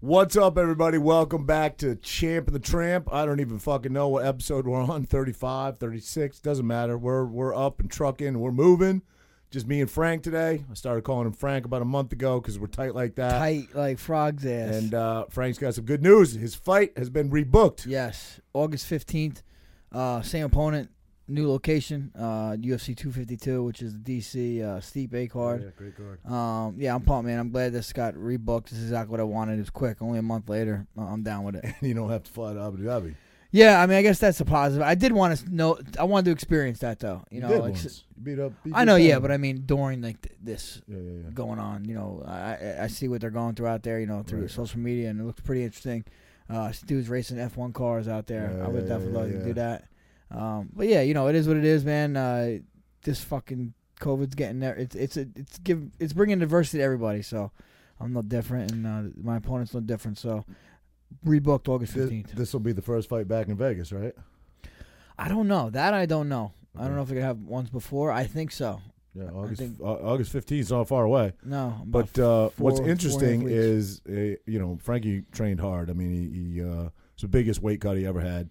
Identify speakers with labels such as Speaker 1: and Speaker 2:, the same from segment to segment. Speaker 1: What's up, everybody? Welcome back to Champ and the Tramp. I don't even fucking know what episode we're on 35, 36, doesn't matter. We're, we're up and trucking, we're moving. Just me and Frank today. I started calling him Frank about a month ago because we're tight like that.
Speaker 2: tight like frog's ass.
Speaker 1: And uh, Frank's got some good news. His fight has been rebooked.
Speaker 2: yes, August fifteenth, uh, same opponent, new location, uh, UFC two fifty two, which is the DC uh, Steep A card.
Speaker 1: great card.
Speaker 2: Um, yeah, I'm pumped, man. I'm glad this got rebooked. This is exactly what I wanted. It was quick, only a month later. Uh, I'm down with it.
Speaker 1: You don't have to fly to Abu Dhabi.
Speaker 2: Yeah, I mean, I guess that's a positive. I did want to know. I wanted to experience that though. You
Speaker 1: You
Speaker 2: know,
Speaker 1: did
Speaker 2: like,
Speaker 1: once. You beat up. beat
Speaker 2: I know,
Speaker 1: your
Speaker 2: yeah,
Speaker 1: friend.
Speaker 2: but I mean, during like th- this
Speaker 1: Yeah, yeah, yeah.
Speaker 2: going on. You know, I- I I see what they're going through out there. You know, through
Speaker 1: Right.
Speaker 2: social media, and it looks pretty interesting. Uh, s- dudes racing F one cars out there.
Speaker 1: Yeah,
Speaker 2: I would
Speaker 1: yeah,
Speaker 2: definitely
Speaker 1: yeah,
Speaker 2: love
Speaker 1: yeah.
Speaker 2: to do that. Um, but yeah, you know, it is what it is, man. Uh, this fucking COVID's getting there. It's it's a, it's give it's bringing diversity to everybody. So I'm no different, and uh, my opponent's no different. So rebooked August fifteenth.
Speaker 1: This will be the first fight back in Vegas, right?
Speaker 2: I don't know that. I don't know. I
Speaker 1: Okay.
Speaker 2: don't know if we could have ones before. I think so.
Speaker 1: Yeah, August
Speaker 2: think-
Speaker 1: Au- August 15th is not far away.
Speaker 2: No, I'm about
Speaker 1: But uh, what's
Speaker 2: four- four and a half
Speaker 1: interesting
Speaker 2: weeks.
Speaker 1: is, uh, you know, Frankie trained hard. I mean, he, he uh, it's the biggest weight cut he ever had.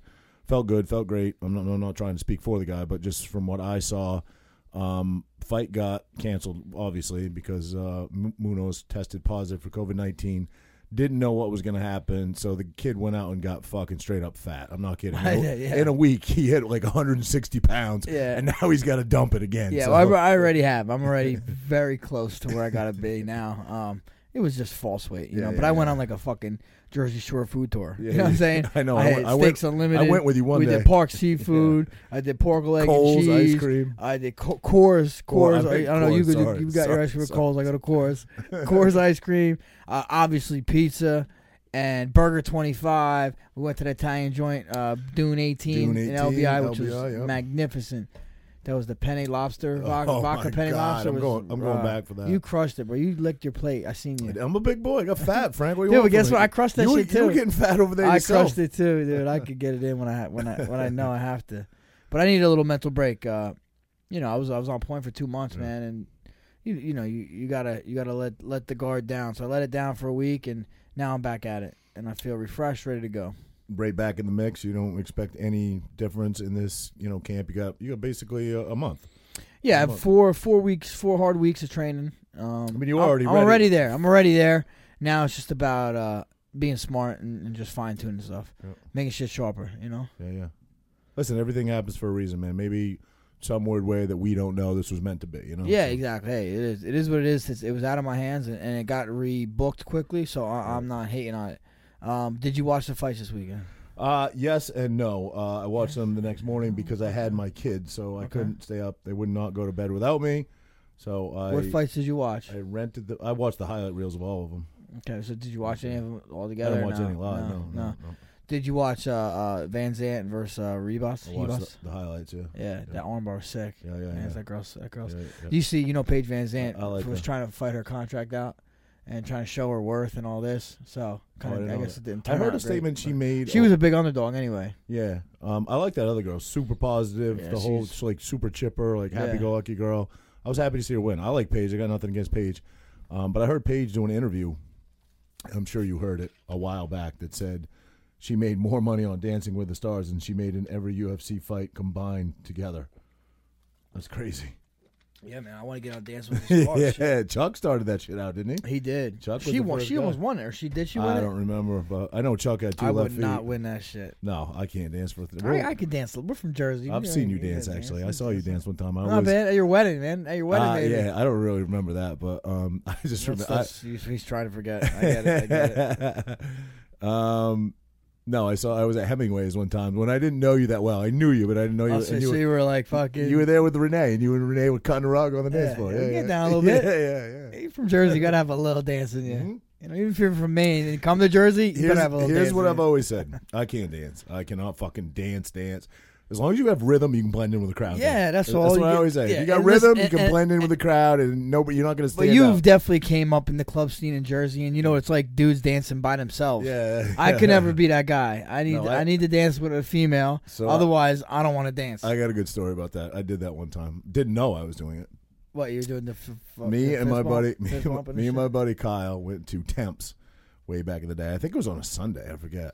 Speaker 1: Felt good, felt great. I'm not, I'm not trying to speak for the guy, but just from what I saw, um, fight got canceled, obviously, because uh, M- Munoz tested positive for COVID 19. Didn't know what was going to happen, so the kid went out and got fucking straight up fat. I'm not kidding.
Speaker 2: Yeah, yeah.
Speaker 1: In a week, he hit like 160 pounds,
Speaker 2: Yeah.
Speaker 1: and now he's got to dump it again.
Speaker 2: Yeah,
Speaker 1: so-
Speaker 2: well, I, I already have. I'm already very close to where I gotta be now. Um, it was just false weight, you
Speaker 1: Yeah,
Speaker 2: know.
Speaker 1: yeah,
Speaker 2: But I went on like a fucking Jersey Shore food tour.
Speaker 1: Yeah,
Speaker 2: you know what I'm
Speaker 1: yeah.
Speaker 2: saying?
Speaker 1: I know.
Speaker 2: I
Speaker 1: I
Speaker 2: had
Speaker 1: went- I
Speaker 2: steaks
Speaker 1: went-
Speaker 2: unlimited.
Speaker 1: I went with you one
Speaker 2: We
Speaker 1: day.
Speaker 2: did park seafood. I did pork leg
Speaker 1: Coles,
Speaker 2: and
Speaker 1: ice
Speaker 2: cheese.
Speaker 1: cream.
Speaker 2: I did co- Coors.
Speaker 1: Cor- I
Speaker 2: Coors. I,
Speaker 1: think
Speaker 2: I don't know. You
Speaker 1: Coors,
Speaker 2: could. do-
Speaker 1: sorry,
Speaker 2: you got
Speaker 1: sorry,
Speaker 2: your ice cream at
Speaker 1: sorry.
Speaker 2: Coles. I go to Coors. Coors ice cream. Uh, obviously pizza. And Burger 25. We went to the Italian joint, uh, Dune 18,
Speaker 1: Dune
Speaker 2: in LBI, which
Speaker 1: 18,
Speaker 2: was
Speaker 1: yep.
Speaker 2: magnificent. That was the penne lobster vodka,
Speaker 1: Oh,
Speaker 2: vodka
Speaker 1: my
Speaker 2: penny
Speaker 1: God,
Speaker 2: lobster.
Speaker 1: I'm
Speaker 2: was,
Speaker 1: going- I'm going
Speaker 2: uh,
Speaker 1: back for that.
Speaker 2: You crushed it, bro. You licked your plate. I seen you.
Speaker 1: I'm a big boy. I got fat, Frank. What do you
Speaker 2: Dude,
Speaker 1: want
Speaker 2: but guess
Speaker 1: from me?
Speaker 2: what? I crushed that
Speaker 1: you
Speaker 2: shit
Speaker 1: were, You were
Speaker 2: too.
Speaker 1: getting fat over there
Speaker 2: I
Speaker 1: yourself.
Speaker 2: crushed it too, dude. I could get it in when I when I when I know I have to. But I need a little mental break. Uh, you know, I was I was on point for two months,
Speaker 1: Yeah.
Speaker 2: man, and you you know you, you gotta you gotta let let the guard down. So I let it down for a week, and now I'm back at it, and I feel refreshed, ready to go.
Speaker 1: Right back in the mix. You don't expect any difference in this, you know, camp. You got you got basically a, a month.
Speaker 2: Yeah, I
Speaker 1: Come
Speaker 2: have
Speaker 1: on.
Speaker 2: four four weeks, four hard weeks of training. Um,
Speaker 1: I mean, you
Speaker 2: I'm-
Speaker 1: already
Speaker 2: I'm
Speaker 1: ready.
Speaker 2: already there. I'm already there. Now it's just about uh, being smart and, and just fine tuning stuff,
Speaker 1: Yep.
Speaker 2: making shit sharper. You know.
Speaker 1: Yeah, yeah. Listen, everything happens for a reason, man. Maybe some weird way that we don't know this was meant to be. You know.
Speaker 2: Yeah,
Speaker 1: So,
Speaker 2: exactly. Hey, it is. It is what it is. It's, it was out of my hands, and, and it got rebooked quickly. So I, I'm not hating on it. Um, did you watch the fights this weekend?
Speaker 1: Uh, yes and no. Uh, I watched them the next morning because I had my kids, so I
Speaker 2: Okay.
Speaker 1: couldn't stay up. They would not go to bed without me. So I
Speaker 2: what fights did you watch?
Speaker 1: I rented the. I watched the highlight reels of all of them.
Speaker 2: okay, so did you watch any of them all
Speaker 1: I
Speaker 2: together?
Speaker 1: didn't watch
Speaker 2: no,
Speaker 1: any live.
Speaker 2: No,
Speaker 1: No, no. no.
Speaker 2: Did you watch uh, uh, Van Zant versus uh, Rebus?
Speaker 1: I watched
Speaker 2: Rebus?
Speaker 1: the, the highlights. Yeah.
Speaker 2: yeah, that armbar was sick.
Speaker 1: Yeah, yeah,
Speaker 2: Man,
Speaker 1: yeah.
Speaker 2: it's that girl's that girl's.
Speaker 1: Yeah, yeah.
Speaker 2: You see, you know, Paige Van Zant
Speaker 1: I like
Speaker 2: was
Speaker 1: that.
Speaker 2: trying to fight her contract out and trying to show her worth and all this. So
Speaker 1: Oh, I
Speaker 2: kind
Speaker 1: didn't
Speaker 2: of, I,
Speaker 1: know
Speaker 2: guess
Speaker 1: that.
Speaker 2: it didn't.
Speaker 1: I
Speaker 2: turn out
Speaker 1: heard a
Speaker 2: great,
Speaker 1: statement she
Speaker 2: but-
Speaker 1: made.
Speaker 2: She was a big underdog anyway.
Speaker 1: yeah. Um, I like that other girl. Super positive.
Speaker 2: Yeah,
Speaker 1: the whole
Speaker 2: she's-
Speaker 1: she's like super chipper, like
Speaker 2: Yeah.
Speaker 1: happy go lucky girl. I was happy to see her win. I like Paige. I got nothing against Paige, um, but I heard Paige do an interview. I'm sure you heard it a while back that said she made more money on Dancing with the Stars than she made in every UFC fight combined together. That's crazy.
Speaker 2: Yeah, man, I want to get on Dance with the Stars.
Speaker 1: yeah, Chuck started that shit out, didn't he?
Speaker 2: He did.
Speaker 1: Chuck was
Speaker 2: she
Speaker 1: the
Speaker 2: won.
Speaker 1: first
Speaker 2: She
Speaker 1: guy.
Speaker 2: almost won it. Or she did. She won
Speaker 1: I
Speaker 2: it.
Speaker 1: don't remember, but I know Chuck had two
Speaker 2: I
Speaker 1: left
Speaker 2: would
Speaker 1: feet.
Speaker 2: not win that shit.
Speaker 1: No, I can't dance for. Th-
Speaker 2: I, I could dance. We're from Jersey.
Speaker 1: I've
Speaker 2: know,
Speaker 1: seen you
Speaker 2: can
Speaker 1: dance actually. I
Speaker 2: That's
Speaker 1: saw you dance one time. I
Speaker 2: Not
Speaker 1: was
Speaker 2: bad. At your wedding, man. At your wedding,
Speaker 1: uh,
Speaker 2: baby.
Speaker 1: yeah, I don't really remember that, but um, I just
Speaker 2: That's,
Speaker 1: remember.
Speaker 2: that's, he's, he's trying to forget. I get it. I get it.
Speaker 1: um, no, I saw. I was at Hemingway's one time when I didn't know you that well. I knew you, but I didn't know you.
Speaker 2: Oh, so,
Speaker 1: and you,
Speaker 2: so
Speaker 1: were,
Speaker 2: you were like fucking.
Speaker 1: you were there with Renee, and you and Renee were cutting a rug on the dance
Speaker 2: Yeah,
Speaker 1: floor.
Speaker 2: yeah,
Speaker 1: Yeah,
Speaker 2: we
Speaker 1: yeah,
Speaker 2: get down a little bit.
Speaker 1: Yeah, yeah, yeah.
Speaker 2: You're from Jersey. You gotta have a little dance in you.
Speaker 1: Mhm.
Speaker 2: You know, even if you're from Maine and come to Jersey, you
Speaker 1: Here's,
Speaker 2: better have a little
Speaker 1: here's
Speaker 2: dance
Speaker 1: what
Speaker 2: in
Speaker 1: I've
Speaker 2: you.
Speaker 1: always said: I can't dance. I cannot fucking dance, dance. As long as you have rhythm, you can blend in with the crowd.
Speaker 2: Yeah, that's
Speaker 1: that's
Speaker 2: all
Speaker 1: what
Speaker 2: you
Speaker 1: I
Speaker 2: get-
Speaker 1: always say.
Speaker 2: yeah,
Speaker 1: If you got
Speaker 2: and listen-
Speaker 1: rhythm, you
Speaker 2: and-
Speaker 1: can
Speaker 2: and-
Speaker 1: blend in with the crowd, and nobody, you're not going to
Speaker 2: But
Speaker 1: stand
Speaker 2: you've
Speaker 1: out.
Speaker 2: definitely came up in the club scene in Jersey, and you know it's like dudes dancing by themselves.
Speaker 1: yeah,
Speaker 2: I could never be that guy. I need
Speaker 1: No,
Speaker 2: I,
Speaker 1: I-
Speaker 2: need to dance with a female.
Speaker 1: So I-
Speaker 2: Otherwise, I, don't want to dance.
Speaker 1: I got a good story about that. I did that one time. Didn't know I was doing it.
Speaker 2: what you're doing? The f- f-
Speaker 1: me
Speaker 2: the
Speaker 1: and my
Speaker 2: fist bump-
Speaker 1: buddy, me,
Speaker 2: fist
Speaker 1: and my-
Speaker 2: bump
Speaker 1: me and my
Speaker 2: shit?
Speaker 1: buddy Kyle went to Temps way back in the day. I think it was on a Sunday. I forget.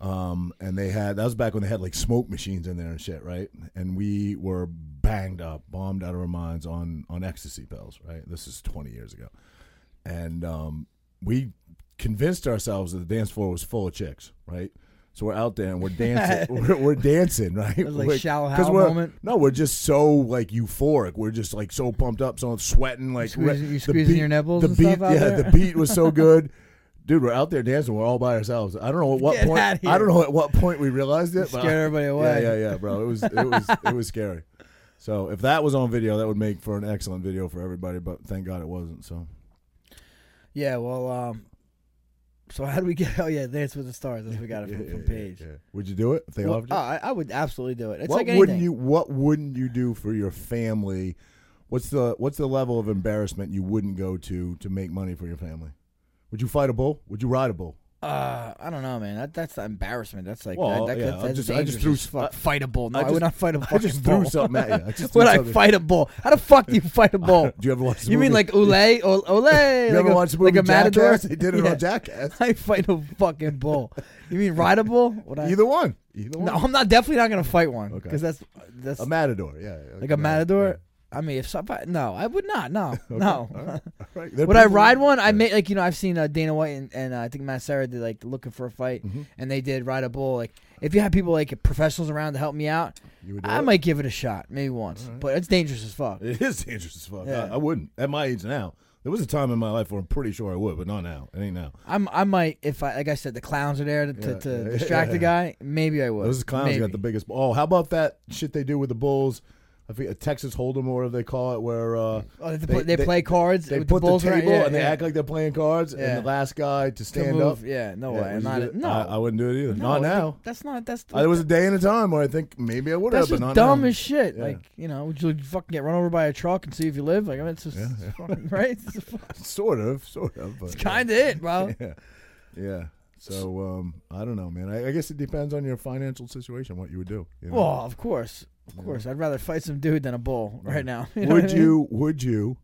Speaker 1: Um, and they had that was back when they had like smoke machines in there and shit, right? And we were banged up, bombed out of our minds on on ecstasy pills, right? This is twenty years ago, and um, we convinced ourselves that the dance floor was full of chicks, right? So we're out there and we're dancing, we're, we're dancing, right?
Speaker 2: It was like
Speaker 1: We're-
Speaker 2: shallow
Speaker 1: 'cause
Speaker 2: hell
Speaker 1: we're-
Speaker 2: moment.
Speaker 1: no, we're just so like euphoric. We're just like so pumped up, so sweating. Like
Speaker 2: You squeezing-
Speaker 1: re-
Speaker 2: you
Speaker 1: the
Speaker 2: squeezing your nipples
Speaker 1: The
Speaker 2: and
Speaker 1: beat,
Speaker 2: stuff out
Speaker 1: yeah,
Speaker 2: there?
Speaker 1: the beat was so good, dude. We're out there dancing. We're all by ourselves. I don't know at what
Speaker 2: Get
Speaker 1: point.
Speaker 2: outta
Speaker 1: I
Speaker 2: here.
Speaker 1: don't know at what point we realized it. but
Speaker 2: Scared everybody away.
Speaker 1: Yeah, yeah, yeah, bro. It was it was it was scary. So if that was on video, that would make for an excellent video for everybody. But thank God it wasn't. So
Speaker 2: Yeah, well, um, so how do we get? Oh yeah, Dance with the Stars. That's what we got it
Speaker 1: Yeah,
Speaker 2: from,
Speaker 1: yeah,
Speaker 2: from
Speaker 1: yeah,
Speaker 2: Paige.
Speaker 1: yeah. Would you do it if they
Speaker 2: Well,
Speaker 1: offered you?
Speaker 2: oh, I, I would absolutely do it. It's
Speaker 1: what
Speaker 2: like
Speaker 1: wouldn't
Speaker 2: anything.
Speaker 1: you What wouldn't you do for your family? What's the What's the level of embarrassment you wouldn't go to to make money for your family? Would you fight a bull? Would you ride a bull?
Speaker 2: Uh, I don't know, man. That, that's the embarrassment. That's like
Speaker 1: Well,
Speaker 2: that, that,
Speaker 1: yeah,
Speaker 2: that's,
Speaker 1: I
Speaker 2: that's
Speaker 1: just- I
Speaker 2: dangerous
Speaker 1: just threw
Speaker 2: as fuck.
Speaker 1: s-
Speaker 2: fightable. No, I,
Speaker 1: I
Speaker 2: would
Speaker 1: just-
Speaker 2: not fight a
Speaker 1: I
Speaker 2: fucking
Speaker 1: just threw
Speaker 2: bull.
Speaker 1: something at you. I just threw
Speaker 2: would I
Speaker 1: something.
Speaker 2: fight a bull? How the fuck do you fight a bull?
Speaker 1: Do you ever watch? The
Speaker 2: you mean
Speaker 1: movie?
Speaker 2: like ole ole ole?
Speaker 1: You
Speaker 2: like
Speaker 1: ever
Speaker 2: a,
Speaker 1: watch the movie
Speaker 2: like a matador?
Speaker 1: Jackass? They did it
Speaker 2: Yeah.
Speaker 1: on Jackass.
Speaker 2: I fight a fucking bull. You mean ride a bull? Would I-
Speaker 1: Either one. Either one.
Speaker 2: No, I'm not. Definitely not gonna fight one
Speaker 1: Okay.
Speaker 2: because that's that's
Speaker 1: A matador. Yeah.
Speaker 2: like a matador. I mean, if somebody, no, I would not. No, no.
Speaker 1: All right. All right.
Speaker 2: Would I
Speaker 1: They're
Speaker 2: ride one? I
Speaker 1: Yeah.
Speaker 2: made like you know I've seen uh, Dana White and, and uh, I think Matt Sarah did like looking for a fight,
Speaker 1: Mhm.
Speaker 2: and they did ride a bull. Like if you had people like professionals around to help me out,
Speaker 1: You would do
Speaker 2: I
Speaker 1: it?
Speaker 2: might give it a shot, maybe once. But it's dangerous as fuck.
Speaker 1: It is dangerous as fuck.
Speaker 2: Yeah.
Speaker 1: I, I wouldn't. At my age now, there was a time in my life where I'm pretty sure I would, but not now. It ain't now.
Speaker 2: I'm I might if I like I said the clowns are there to, to,
Speaker 1: Yeah,
Speaker 2: to
Speaker 1: yeah,
Speaker 2: distract the
Speaker 1: yeah.
Speaker 2: guy. Maybe I would.
Speaker 1: Those clowns
Speaker 2: Maybe.
Speaker 1: got the biggest. Oh, how about that shit they do with the Bulls? I forget Texas Hold'em or whatever they call it, where uh,
Speaker 2: Oh, they,
Speaker 1: they-
Speaker 2: pl- they
Speaker 1: they-
Speaker 2: play cards.
Speaker 1: they
Speaker 2: with
Speaker 1: put the,
Speaker 2: Bulls
Speaker 1: table
Speaker 2: around- yeah,
Speaker 1: and they
Speaker 2: yeah.
Speaker 1: act like they're playing cards,
Speaker 2: Yeah.
Speaker 1: and the last guy to
Speaker 2: To
Speaker 1: stand up.
Speaker 2: move. Yeah, no
Speaker 1: Yeah,
Speaker 2: way.
Speaker 1: would you
Speaker 2: not
Speaker 1: do it?
Speaker 2: no.
Speaker 1: I, I wouldn't do it either.
Speaker 2: No,
Speaker 1: not now.
Speaker 2: That's not. That's
Speaker 1: I, there was a day and a time where I think maybe I would have,
Speaker 2: That's
Speaker 1: but
Speaker 2: just
Speaker 1: not
Speaker 2: dumb
Speaker 1: now.
Speaker 2: as shit.
Speaker 1: Yeah.
Speaker 2: Like, you know, would you fucking get run over by a truck and see if you live? Like, I mean, it's just
Speaker 1: Yeah, yeah.
Speaker 2: fucking right. It's,
Speaker 1: sort of, sort of. But,
Speaker 2: kind of it, bro.
Speaker 1: Yeah, yeah. So um, I don't know, man. I, I guess it depends on your financial situation, what you would do. you know?
Speaker 2: Well, of course, of course, I'd rather fight some dude than a bull right now. know what
Speaker 1: would
Speaker 2: I mean?
Speaker 1: you? Would you?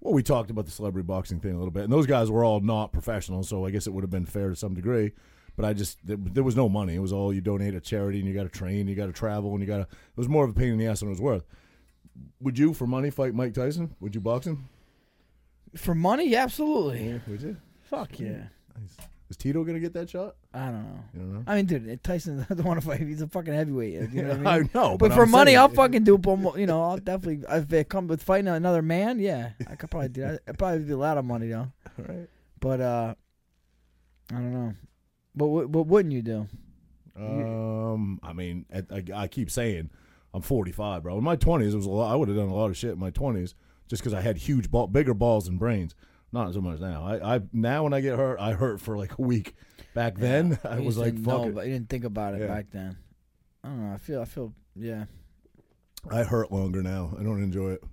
Speaker 1: Well, we talked about the celebrity boxing thing a little bit, and those guys were all not professional, so I guess it would have been fair to some degree. But I just there, there was no money. It was all you donate to charity, and you got to train, you got to travel, and you got to. It was more of a pain in the ass than it was worth. Would you, for money, fight Mike Tyson? Would you box him?
Speaker 2: for money? Yeah, absolutely.
Speaker 1: Would you?
Speaker 2: Fuck yeah.
Speaker 1: Nice. Is Tito gonna get that shot?
Speaker 2: I don't know.
Speaker 1: You don't know.
Speaker 2: I mean, dude, Tyson doesn't want to fight. He's a fucking heavyweight. You know what I mean?
Speaker 1: know,
Speaker 2: But,
Speaker 1: but
Speaker 2: for
Speaker 1: I'm
Speaker 2: money,
Speaker 1: saying-
Speaker 2: I'll fucking do. Boom, you know, I'll definitely. If it come with fighting another man, yeah, I could probably do that. It'd probably be a lot of money though.
Speaker 1: All right.
Speaker 2: But uh, I don't know. But what, what wouldn't you do?
Speaker 1: Um, I mean, at, I, I keep saying I'm 45, bro. In my 20s, it was a lot. I would have done a lot of shit in my 20s just because I had huge, ball, bigger balls and brains. Not so much now. I, I now when I get hurt, I hurt for like a week. Back then, I
Speaker 2: You
Speaker 1: was
Speaker 2: just
Speaker 1: like,
Speaker 2: didn't
Speaker 1: fuck
Speaker 2: know,
Speaker 1: it.
Speaker 2: but you didn't think about it
Speaker 1: Yeah.
Speaker 2: back then. I don't know. I feel. I feel. Yeah.
Speaker 1: I hurt longer now. I don't enjoy it.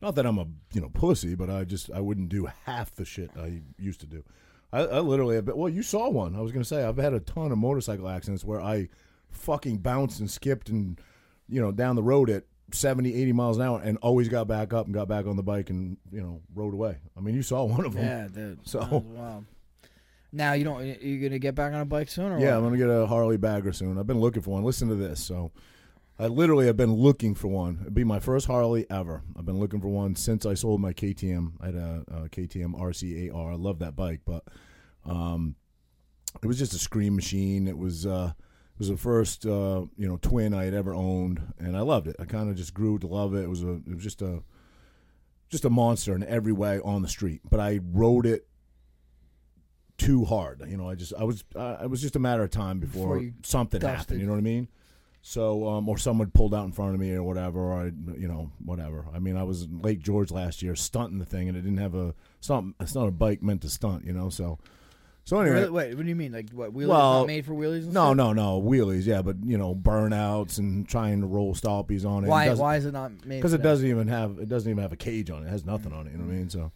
Speaker 1: Not that I'm a you know pussy, but I just I wouldn't do half the shit I used to do. I, I literally, but well, you saw one. I was gonna say I've had a ton of motorcycle accidents where I fucking bounced and skipped and you know down the road at 70, 80 miles an hour and always got back up and got back on the bike and you know rode away. I mean, you saw one of them.
Speaker 2: Yeah, dude.
Speaker 1: Mm. So-
Speaker 2: That was wild. Now you don't. you- You gonna get back on a bike soon or
Speaker 1: Yeah, I'm
Speaker 2: What?
Speaker 1: gonna get a Harley Bagger soon. I've been looking for one. Listen to this. So, I literally have been looking for one. It'd be my first Harley ever. I've been looking for one since I sold my KTM. I had a, a KTM RCAR. I love that bike, but um, it was just a scream machine. It was uh, it was the first uh, you know twin I had ever owned, and I loved it. I kind of just grew to love it. It was a it was just a just a monster in every way on the street. But I rode it too hard. You know, I just I was uh, it was just a matter of time before,
Speaker 2: Before you
Speaker 1: something
Speaker 2: dusted.
Speaker 1: happened. You know what I mean? So, um, or someone pulled out in front of me or whatever, or I, you know, whatever. I mean, I was in Lake George last year stunting the thing, and I didn't have a it's not it's not a bike meant to stunt, you know. So, so anyway,
Speaker 2: Really? Wait, what do you mean? Like what wheelies
Speaker 1: Well,
Speaker 2: not made for wheelies? And
Speaker 1: no,
Speaker 2: stuff?
Speaker 1: no, no wheelies, yeah, but you know, burnouts and trying to roll stoppies on it.
Speaker 2: Why?
Speaker 1: doesn't-
Speaker 2: Why is it not made?
Speaker 1: because
Speaker 2: for
Speaker 1: it
Speaker 2: that?
Speaker 1: doesn't even have it doesn't even have a cage on it. It has nothing on it. You know what I mean? So,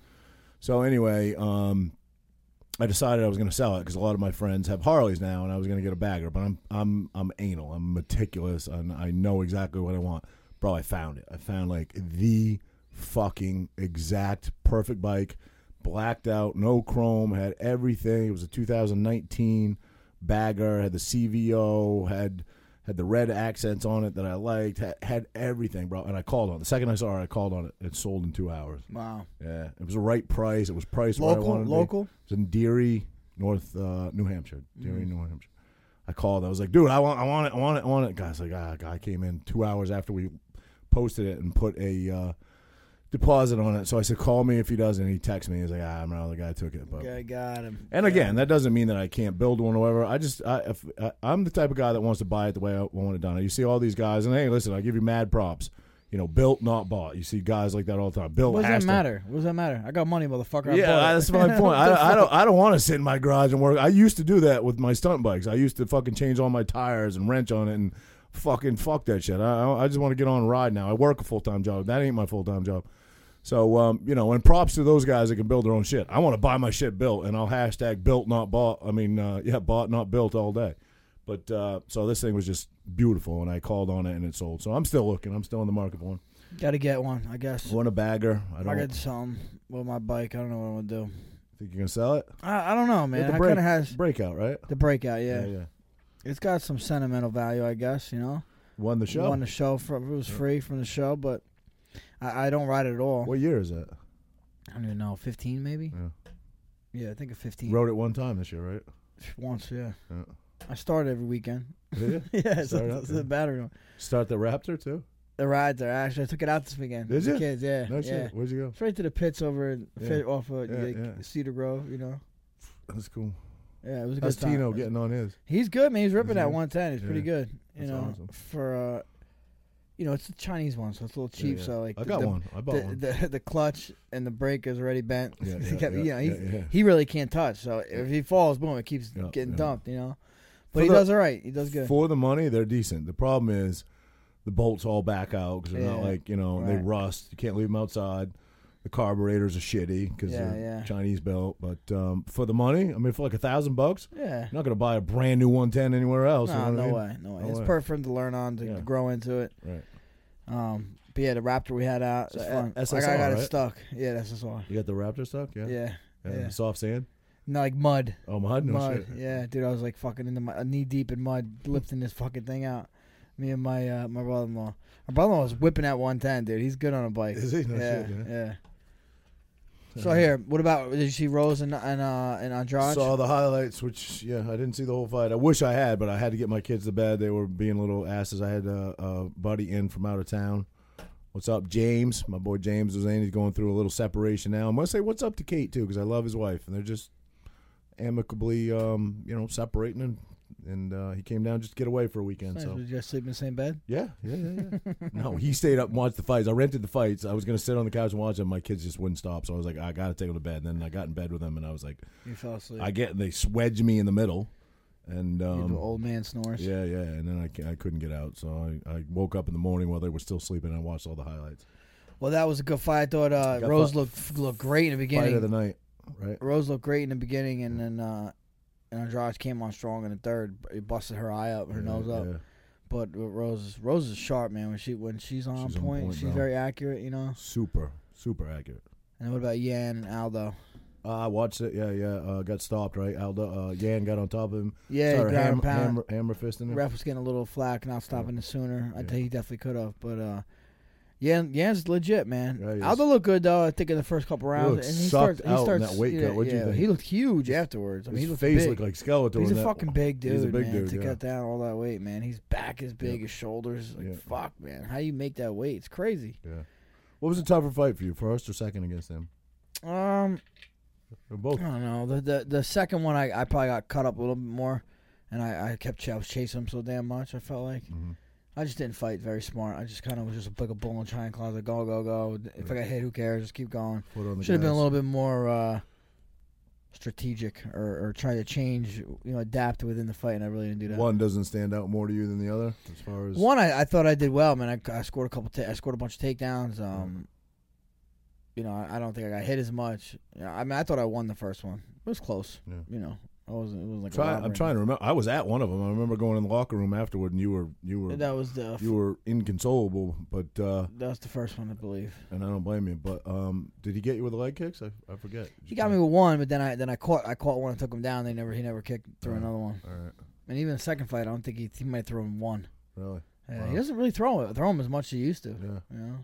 Speaker 1: so anyway, um, I decided I was going to sell it because a lot of my friends have Harleys now, and I was going to get a bagger. But I'm I'm I'm anal. I'm meticulous, and I know exactly what I want. Bro, I found it. I found like the fucking exact perfect bike, blacked out, no chrome, had everything. It was a 2019 bagger, had the CVO, had had the red accents on it that I liked, had, had everything, bro. And I called on it. The second I saw her, I called on it. It sold in two hours.
Speaker 2: Wow.
Speaker 1: Yeah, it was the right price. It was priced where I
Speaker 2: Local.
Speaker 1: wanted to be.
Speaker 2: Local.
Speaker 1: It was in Deary, North uh, New Hampshire. Deary,
Speaker 2: Mm-hmm.
Speaker 1: New Hampshire. I called. I was like, dude, I want, I want it, I want it, I want it. Guy's like, ah, guy came in two hours after we posted it and put a uh, deposit on it. So I said, call me if he does, and he texted me. He's like, ah, I'm not the guy took it, but.
Speaker 2: Okay, got him.
Speaker 1: And again, that doesn't mean that I can't build one or whatever. I just, I, if, I, I'm the type of guy that wants to buy it the way I want it done. You see all these guys, and hey, listen, I give you mad props. You know, built, not bought. You see guys like that all the time. Built
Speaker 2: What does
Speaker 1: has
Speaker 2: that
Speaker 1: to-
Speaker 2: matter? What does that matter? I got money, motherfucker. I bought
Speaker 1: Yeah,
Speaker 2: it.
Speaker 1: that's my point. I, I don't. I don't want to sit in my garage and work. I used to do that with my stunt bikes. I used to fucking change all my tires and wrench on it and fucking fuck that shit. I, I- I just want to get on and ride now. I work a full time job. That ain't my full time job. So um, you know, and props to those guys that can build their own shit. I want to buy my shit built, and I'll hashtag built not bought. I mean, uh, yeah, bought not built all day. But uh, so this thing was just beautiful, and I called on it, and it sold. So I'm still looking. I'm still in the market for one.
Speaker 2: Gotta get one, I guess.
Speaker 1: I want a bagger. I
Speaker 2: I
Speaker 1: don't
Speaker 2: got some with my bike. I don't know what I'm gonna do.
Speaker 1: think you're gonna sell it.
Speaker 2: I, I don't know,
Speaker 1: Hit
Speaker 2: man.
Speaker 1: the
Speaker 2: I
Speaker 1: break-
Speaker 2: kind of has
Speaker 1: breakout, right?
Speaker 2: the breakout. Yeah.
Speaker 1: yeah.
Speaker 2: it's got some sentimental value, I guess. You know,
Speaker 1: Won the show.
Speaker 2: won the show from it was free from the show, but I, I don't ride it at all.
Speaker 1: What year is that?
Speaker 2: I don't even know, fifteen maybe.
Speaker 1: Yeah.
Speaker 2: Yeah, I think a fifteen.
Speaker 1: Rode it one time this year, right?
Speaker 2: Once, yeah.
Speaker 1: Yeah.
Speaker 2: I start every weekend.
Speaker 1: Did ya?
Speaker 2: yeah, so
Speaker 1: Start up,
Speaker 2: it's the
Speaker 1: yeah.
Speaker 2: battery. on.
Speaker 1: Start the Raptor too.
Speaker 2: The ride there. Actually, I took it out this weekend.
Speaker 1: Did
Speaker 2: with the
Speaker 1: ya?
Speaker 2: Kids, yeah.
Speaker 1: No
Speaker 2: yeah.
Speaker 1: shit. Where'd you go?
Speaker 2: Straight to the pits over in,
Speaker 1: Yeah.
Speaker 2: fit off of
Speaker 1: Yeah,
Speaker 2: like,
Speaker 1: yeah.
Speaker 2: Cedar Grove. You know.
Speaker 1: That's cool.
Speaker 2: Yeah, it was a good
Speaker 1: How's
Speaker 2: time.
Speaker 1: Tino getting on his?
Speaker 2: He's good, man. He's ripping
Speaker 1: Is
Speaker 2: that
Speaker 1: he?
Speaker 2: 110. He's pretty
Speaker 1: Yeah.
Speaker 2: good. You
Speaker 1: That's
Speaker 2: know,
Speaker 1: awesome.
Speaker 2: for uh, you know, it's a Chinese one, so it's a little cheap.
Speaker 1: yeah.
Speaker 2: So like,
Speaker 1: I
Speaker 2: the-
Speaker 1: got
Speaker 2: the,
Speaker 1: one. I bought
Speaker 2: The,
Speaker 1: one.
Speaker 2: the the clutch and the brake is already bent.
Speaker 1: Yeah,
Speaker 2: He
Speaker 1: yeah,
Speaker 2: kept-
Speaker 1: yeah,
Speaker 2: you know, he
Speaker 1: yeah, yeah.
Speaker 2: he really can't touch. So if he falls, boom, it keeps
Speaker 1: Yeah,
Speaker 2: getting
Speaker 1: yeah.
Speaker 2: dumped. You know, but
Speaker 1: For
Speaker 2: he
Speaker 1: the-
Speaker 2: does all right. He does good.
Speaker 1: For the money, they're decent. The problem is the bolts all back out because they're not
Speaker 2: Yeah.
Speaker 1: like you know they
Speaker 2: Right.
Speaker 1: rust. You can't leave them outside. The carburetors are shitty because
Speaker 2: Yeah,
Speaker 1: they're
Speaker 2: yeah.
Speaker 1: Chinese built. But um, for the money, I mean, for like a thousand bucks,
Speaker 2: yeah.
Speaker 1: you're not gonna buy a brand new 110 anywhere else. you know
Speaker 2: No,
Speaker 1: what I
Speaker 2: no
Speaker 1: mean?
Speaker 2: way, no way.
Speaker 1: No
Speaker 2: it's
Speaker 1: way.
Speaker 2: perfect for him to learn on to
Speaker 1: Yeah.
Speaker 2: grow into it.
Speaker 1: Right.
Speaker 2: Um, but yeah, the Raptor we had out, it's
Speaker 1: So,
Speaker 2: fun.
Speaker 1: uh,
Speaker 2: like I
Speaker 1: SSR,
Speaker 2: got it
Speaker 1: right?
Speaker 2: stuck. Yeah, that's SSR.
Speaker 1: You got the Raptor stuck, yeah.
Speaker 2: Yeah, yeah.
Speaker 1: And the Soft sand.
Speaker 2: No, like mud,
Speaker 1: Oh my, no
Speaker 2: mud.
Speaker 1: shit.
Speaker 2: Yeah, dude, I was like fucking in the mud, knee deep in mud, lifting this fucking thing out. Me and my uh, my brother in law. My brother in law was whipping at one ten, dude. He's good on a bike.
Speaker 1: Is he? No
Speaker 2: yeah,
Speaker 1: shit, yeah.
Speaker 2: yeah. So here, what about did you see Rose and and uh, and Andrade?
Speaker 1: Saw the highlights, which yeah, I didn't see the whole fight. I wish I had, but I had to get my kids to bed. They were being little asses. I had a, a buddy in from out of town. What's up, James? My boy James was in. He's going through a little separation now. I'm gonna say what's up to Kate too, because I love his wife, and they're just amicably, um, you know, separating. And and uh, he came down just to get away for a weekend.
Speaker 2: Nice.
Speaker 1: So
Speaker 2: Did you guys sleep in the same bed?
Speaker 1: yeah, yeah, yeah. yeah. no, he stayed up and watched the fights. I rented the fights. I was gonna sit on the couch and watch them. My kids just wouldn't stop, so I was like, I gotta take them to bed. And then I got in bed with them, and I was like.
Speaker 2: You fell asleep.
Speaker 1: I get they swedge me in the middle, and
Speaker 2: you do
Speaker 1: um,
Speaker 2: old man snores.
Speaker 1: yeah, yeah, and then I, ca- I couldn't get out, so I, I woke up in the morning while they were still sleeping and I watched all the highlights.
Speaker 2: Well, that was a good fight. I thought uh,
Speaker 1: Got
Speaker 2: Rose
Speaker 1: fi-
Speaker 2: looked looked great in the
Speaker 1: Fight
Speaker 2: beginning.
Speaker 1: of the night, right?
Speaker 2: Rose looked great in the beginning, and then uh, and Andrade came on strong in the third. It busted her eye up, her nose up.
Speaker 1: Yeah.
Speaker 2: But Rose is Rose is sharp, man. When she when she's on
Speaker 1: She's on
Speaker 2: point,
Speaker 1: point,
Speaker 2: she's
Speaker 1: bro.
Speaker 2: very accurate, you know.
Speaker 1: Super, super accurate.
Speaker 2: And what about Yan and Aldo?
Speaker 1: Uh, I watched it. Yeah, yeah. Uh, got stopped. Right, Aldo. Uh, Yan got on top of him.
Speaker 2: Yeah,
Speaker 1: Sorry,
Speaker 2: ground
Speaker 1: ham,
Speaker 2: and pound.
Speaker 1: hammer, hammer fist in him.
Speaker 2: Ref was getting a little flack, not stopping it sooner. I
Speaker 1: Yeah.
Speaker 2: think he definitely could have, but uh, Yan Yan's legit, man.
Speaker 1: Yeah, he is.
Speaker 2: Aldo looked good though. I think in the first couple rounds,
Speaker 1: looked
Speaker 2: and he
Speaker 1: sucked
Speaker 2: starts.
Speaker 1: out
Speaker 2: he
Speaker 1: in
Speaker 2: starts
Speaker 1: that weight
Speaker 2: yeah,
Speaker 1: cut. What'd you
Speaker 2: yeah,
Speaker 1: think?
Speaker 2: He looked huge afterwards. I mean, he
Speaker 1: His
Speaker 2: looked
Speaker 1: face
Speaker 2: big.
Speaker 1: looked like Skeletor.
Speaker 2: He's
Speaker 1: in
Speaker 2: a
Speaker 1: that-
Speaker 2: fucking big dude,
Speaker 1: He's a big
Speaker 2: man.
Speaker 1: dude,
Speaker 2: to
Speaker 1: yeah.
Speaker 2: cut down all that weight, man. His back is big,
Speaker 1: Yep.
Speaker 2: his shoulders. Like,
Speaker 1: Yeah.
Speaker 2: fuck, man. How you make that weight? It's crazy.
Speaker 1: Yeah. What was a tougher fight for you, first or second against him?
Speaker 2: Um,
Speaker 1: They're
Speaker 2: I
Speaker 1: both.
Speaker 2: don't know. The the, the second one, I, I probably got cut up a little bit more, and I, I kept ch- I was chasing him so damn much. I felt like,
Speaker 1: Mhm.
Speaker 2: I just didn't fight very smart. I just kind of was just like a bull in a china closet. Go, go, go. If I got hit, who cares? Just keep going.
Speaker 1: Foot on the
Speaker 2: Should have been a
Speaker 1: gas.
Speaker 2: little bit more uh, strategic or, or try to change, you know, adapt within the fight, and I really didn't do that.
Speaker 1: One doesn't stand out more to you than the other, as far as
Speaker 2: One, I, I thought I did well, man. I, I scored a couple. Ta- I scored a bunch of takedowns. Um, you know, I, I don't think I got hit as much. You know, I mean, I thought I won the first one. It was close.
Speaker 1: Yeah.
Speaker 2: You know, I wasn't. It was like a
Speaker 1: Try, I'm
Speaker 2: robbery.
Speaker 1: trying to remember. I was at one of them. I remember going in the locker room afterward, and you were you were
Speaker 2: That was the.
Speaker 1: you were inconsolable. But uh,
Speaker 2: that was the first one, I believe.
Speaker 1: and I don't blame you. But um, did he get you with the leg kicks? I, I forget. Did
Speaker 2: He
Speaker 1: you
Speaker 2: got
Speaker 1: try-
Speaker 2: me with one, but then I then I caught I caught one and took him down. They never he never kicked threw
Speaker 1: Right.
Speaker 2: another one.
Speaker 1: All right,
Speaker 2: And even the second fight, I don't think he he might throw him one.
Speaker 1: really?
Speaker 2: Yeah,
Speaker 1: Wow.
Speaker 2: He doesn't really throw it throw him as much as he used to.
Speaker 1: Yeah,
Speaker 2: You know,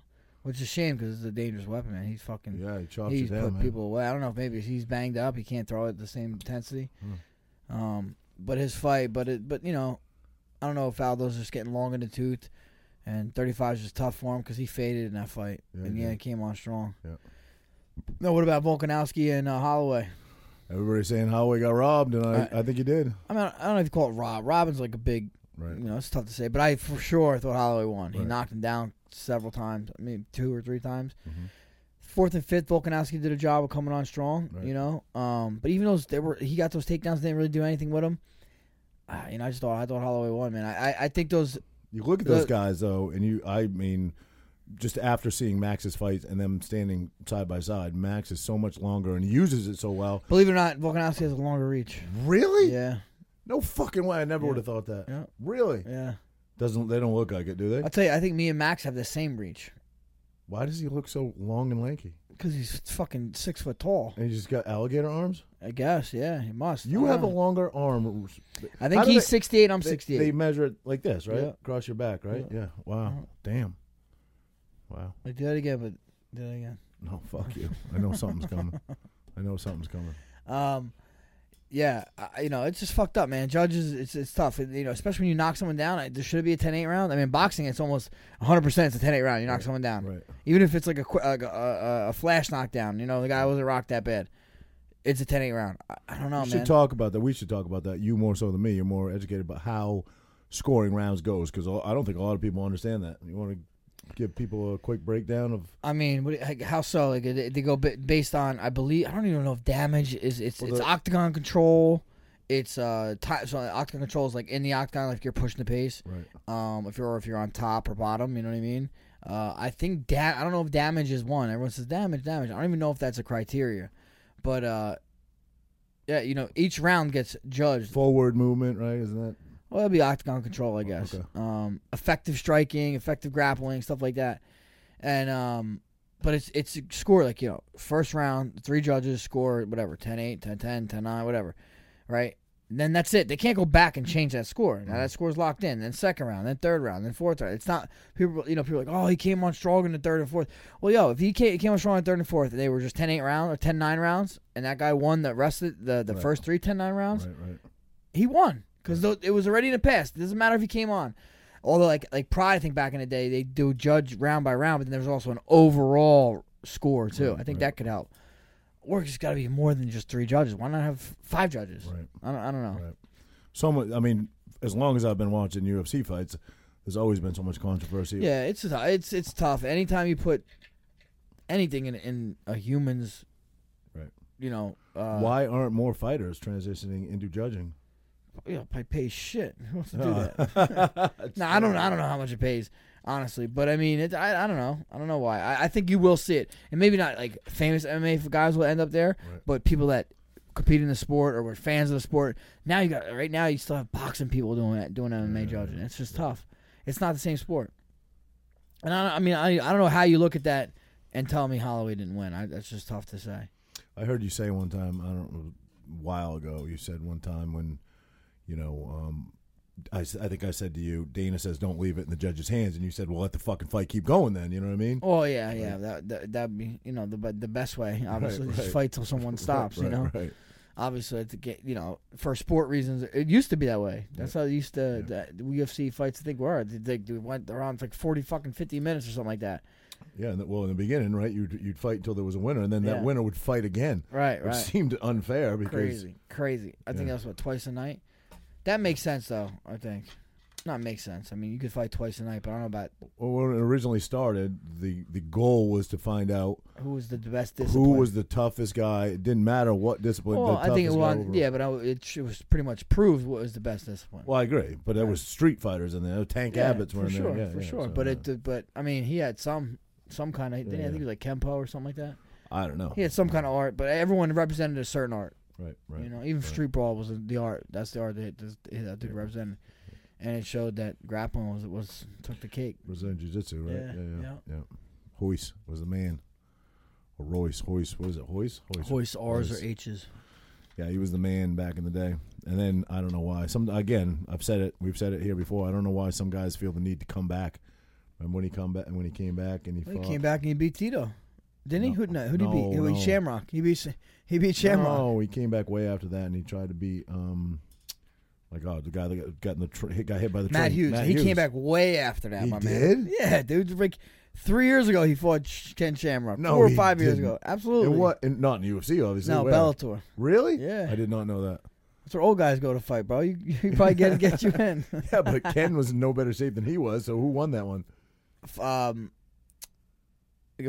Speaker 2: which is a shame because it's a dangerous weapon, man. He's fucking
Speaker 1: yeah. He chops
Speaker 2: he's
Speaker 1: it down,
Speaker 2: put
Speaker 1: man.
Speaker 2: people away. I don't know if maybe he's banged up, he can't throw it at the same intensity.
Speaker 1: Hmm.
Speaker 2: Um, but his fight, but it, but you know, I don't know if Aldo's just getting long in the tooth, and 35 is just tough for him because he faded in that fight,
Speaker 1: Yeah,
Speaker 2: and
Speaker 1: he
Speaker 2: yeah,
Speaker 1: did.
Speaker 2: he came on strong.
Speaker 1: Yeah.
Speaker 2: No, what about Volkanovski and uh, Holloway?
Speaker 1: Everybody's saying Holloway got robbed, and I, I think he did.
Speaker 2: I mean, I don't know if you call it Rob. Robin's like a big,
Speaker 1: Right.
Speaker 2: you know, it's tough to say, but I for sure thought Holloway won. He
Speaker 1: Right.
Speaker 2: knocked him down several times. I mean, two or three times.
Speaker 1: Mhm.
Speaker 2: Fourth and fifth, Volkanovski did a job of coming on strong,
Speaker 1: Right.
Speaker 2: you know. Um, but even those they were, he got those takedowns. Didn't really do anything with him. Uh, you know, I just thought I thought Holloway won, man. I I, I think those
Speaker 1: You look at those
Speaker 2: Uh,
Speaker 1: guys though, and you I mean, just after seeing Max's fights and them standing side by side, Max is so much longer and he uses it so well.
Speaker 2: believe it or not, Volkanovski has a longer reach.
Speaker 1: Really?
Speaker 2: Yeah,
Speaker 1: No fucking way. I never
Speaker 2: Yeah.
Speaker 1: would have thought that.
Speaker 2: Yeah.
Speaker 1: Really?
Speaker 2: yeah.
Speaker 1: Doesn't they don't look like it, do they?
Speaker 2: I'll tell you, I think me and Max have the same reach
Speaker 1: Why does he look so long and lanky?
Speaker 2: because he's fucking six foot tall.
Speaker 1: And he's just got alligator arms.
Speaker 2: I guess, yeah, he must.
Speaker 1: You
Speaker 2: I
Speaker 1: have a
Speaker 2: don't know.
Speaker 1: longer arm.
Speaker 2: I
Speaker 1: How
Speaker 2: think
Speaker 1: do
Speaker 2: he's
Speaker 1: they-
Speaker 2: 68. I'm
Speaker 1: They-
Speaker 2: 68.
Speaker 1: They, measure it like this, right?
Speaker 2: Yeah.
Speaker 1: Across your back, right? Yeah. Wow. Damn. Wow.
Speaker 2: I do that again, but do that again.
Speaker 1: No, fuck you. I know something's coming. I know something's coming.
Speaker 2: Um, yeah, I, you know, it's just fucked up, man. Judges, it's it's tough, and, you know, especially when you knock someone down. I- There should be a 10-8 round. I mean, boxing, it's almost 100. percent It's a 10-8 round. You knock someone down,
Speaker 1: Right.
Speaker 2: even if it's like a qui- like a, a, a flash knockdown. You know, the guy wasn't rocked that bad. It's a 10-8 round. I, I don't know,
Speaker 1: we
Speaker 2: Oh, man.
Speaker 1: should talk about that. We should talk about that. You more so than me. You're more educated about how scoring rounds goes because I don't think a lot of people understand that. You want to give people a quick breakdown of
Speaker 2: I mean, what, do you- like, how so? Like they, they go ba- based on, I believe, I don't even know if damage is it's
Speaker 1: Well,
Speaker 2: it's
Speaker 1: the-
Speaker 2: octagon control. It's uh, ti so octagon control is like in the octagon, like if you're pushing the pace.
Speaker 1: right.
Speaker 2: um, if you're if you're on top or bottom, you know what I mean. Uh, I think da- I don't know if damage is one. Everyone says damage, damage. I don't even know if that's a criteria, but uh, yeah, you know, each round gets judged.
Speaker 1: forward movement, right? Isn't that
Speaker 2: Well, it'll be octagon control, I guess.
Speaker 1: Oh, okay.
Speaker 2: Um, effective striking, effective grappling, stuff like that, and um, but it's it's score like you know first round three judges score whatever 10-8, 10-10, 10-9, whatever, right? Then that's it. They can't go back and change that score. Now
Speaker 1: Mm-hmm.
Speaker 2: that score's locked in. Then second round, then third round, then fourth round. It's not people. You know, people are like, oh, he came on strong in the third and fourth. Well, yo, if he came, he came on strong in third and fourth, and they were just 10-8 round or 10-9 rounds, and that guy won the rest of the the
Speaker 1: Right.
Speaker 2: first three 10-9 rounds
Speaker 1: right? Right.
Speaker 2: he won because it was already in the past. It doesn't matter if he came on. Although, like like Pride, I think back in the day they do judge round by round, but then there's also an overall score too. I think that could help. Or it's got to be more than just three judges. Why not have five judges?
Speaker 1: Right.
Speaker 2: I don't, I don't know.
Speaker 1: Right. So much. I mean, as long as I've been watching UFC fights, there's always been so much controversy.
Speaker 2: Yeah, it's it's it's tough. Anytime you put anything in in a human's,
Speaker 1: Right.
Speaker 2: you know, uh,
Speaker 1: Why aren't more fighters transitioning into judging?
Speaker 2: you know, I pay shit. Who wants to do that? no, I don't. I don't know how much it pays, honestly. But I mean, it, I, I don't know. I don't know why. I, I think you will see it, and maybe not like famous MMA guys will end up there,
Speaker 1: Right.
Speaker 2: but people that compete in the sport or were fans of the sport. Now you got right now you still have boxing people doing that, doing MMA judging. It's just tough. It's not the same sport. And I, I mean, I, I don't know how you look at that and tell me Holloway didn't win. I, that's just tough to say.
Speaker 1: I heard you say one time. I don't know, a while ago. You said one time when, you know, um, I, s- I think I said to you, Dana says don't leave it in the judge's hands, and you said, well, let the fucking fight keep going. Then you know what I mean?
Speaker 2: Oh yeah, yeah. That that that'd be you know the be- the best way. Obviously, just
Speaker 1: right.
Speaker 2: fight till someone stops.
Speaker 1: right,
Speaker 2: you know.
Speaker 1: Right.
Speaker 2: obviously to get you know for sport reasons it used to be that way that's how it used to the ufc fights i think were they, they, they went around like 40 fucking 50 minutes or something like that
Speaker 1: Yeah. And that, well, in the beginning, right? You'd you'd fight until there was a winner, and then that
Speaker 2: Yeah.
Speaker 1: winner would fight again.
Speaker 2: right
Speaker 1: Which
Speaker 2: right
Speaker 1: seemed unfair because
Speaker 2: crazy crazy i think
Speaker 1: Yeah.
Speaker 2: that's what twice a night that makes sense though i think not make sense. I mean, you could fight twice a night, but I don't know about
Speaker 1: Well, when it originally started, the the goal was to find out
Speaker 2: who was the best discipline.
Speaker 1: who was the toughest guy. It didn't matter what discipline.
Speaker 2: Well,
Speaker 1: the
Speaker 2: I think it
Speaker 1: toughest guy
Speaker 2: was.
Speaker 1: over-
Speaker 2: Yeah, but I, it, it was pretty much proved what was the best discipline.
Speaker 1: Well, I agree, but there was street fighters in there. Tank
Speaker 2: yeah,
Speaker 1: Abbott's were
Speaker 2: for
Speaker 1: in there.
Speaker 2: sure,
Speaker 1: yeah,
Speaker 2: for
Speaker 1: yeah,
Speaker 2: sure.
Speaker 1: so,
Speaker 2: but
Speaker 1: yeah.
Speaker 2: it, uh, but I mean, he had some some kind of. didn't he? I
Speaker 1: yeah.
Speaker 2: think it was like kempo or something like that.
Speaker 1: I don't know.
Speaker 2: He had some kind of art, but everyone represented a certain art.
Speaker 1: Right, right.
Speaker 2: You know, even
Speaker 1: right.
Speaker 2: street brawl was the art. That's the art that this- that dude represented, and it showed that grappling was was took the cake.
Speaker 1: Brazilian Jiu Jitsu, right?
Speaker 2: Yeah,
Speaker 1: yeah, yeah. yeah. Hoist was the man. Or Royce, Hoist, what is it? Hoist? Hoist.
Speaker 2: Hoist R's or
Speaker 1: Hoist.
Speaker 2: H's.
Speaker 1: Yeah, he was the man back in the day. And then I don't know why. Some again, I've said it. We've said it here before. I don't know why some guys feel the need to come back. And when he come back, when he came back, and he,
Speaker 2: Well,
Speaker 1: fought,
Speaker 2: he came back and he beat Tito, didn't he? Who
Speaker 1: No.
Speaker 2: no, who did he beat? He
Speaker 1: No,
Speaker 2: beat
Speaker 1: no.
Speaker 2: Shamrock. He beat he beat Shamrock.
Speaker 1: No, he came back way after that, and he tried to be, um, my God, the guy that got- got in the tr- got hit by the train.
Speaker 2: Matt Hughes. he came back way after that.
Speaker 1: He
Speaker 2: my man.
Speaker 1: did?
Speaker 2: Yeah, dude. Like three years ago, he fought Sh- Ken Shamrock.
Speaker 1: No,
Speaker 2: four or
Speaker 1: he
Speaker 2: 5 years
Speaker 1: didn't.
Speaker 2: ago. Absolutely.
Speaker 1: In what? In, not in UFC, obviously.
Speaker 2: No,
Speaker 1: Where?
Speaker 2: Bellator.
Speaker 1: Really?
Speaker 2: Yeah.
Speaker 1: I did not know that.
Speaker 2: That's where old guys go to fight, bro. You, you probably get get you in.
Speaker 1: Yeah, but Ken was in no better shape than he was. So who won that one?
Speaker 2: F- um,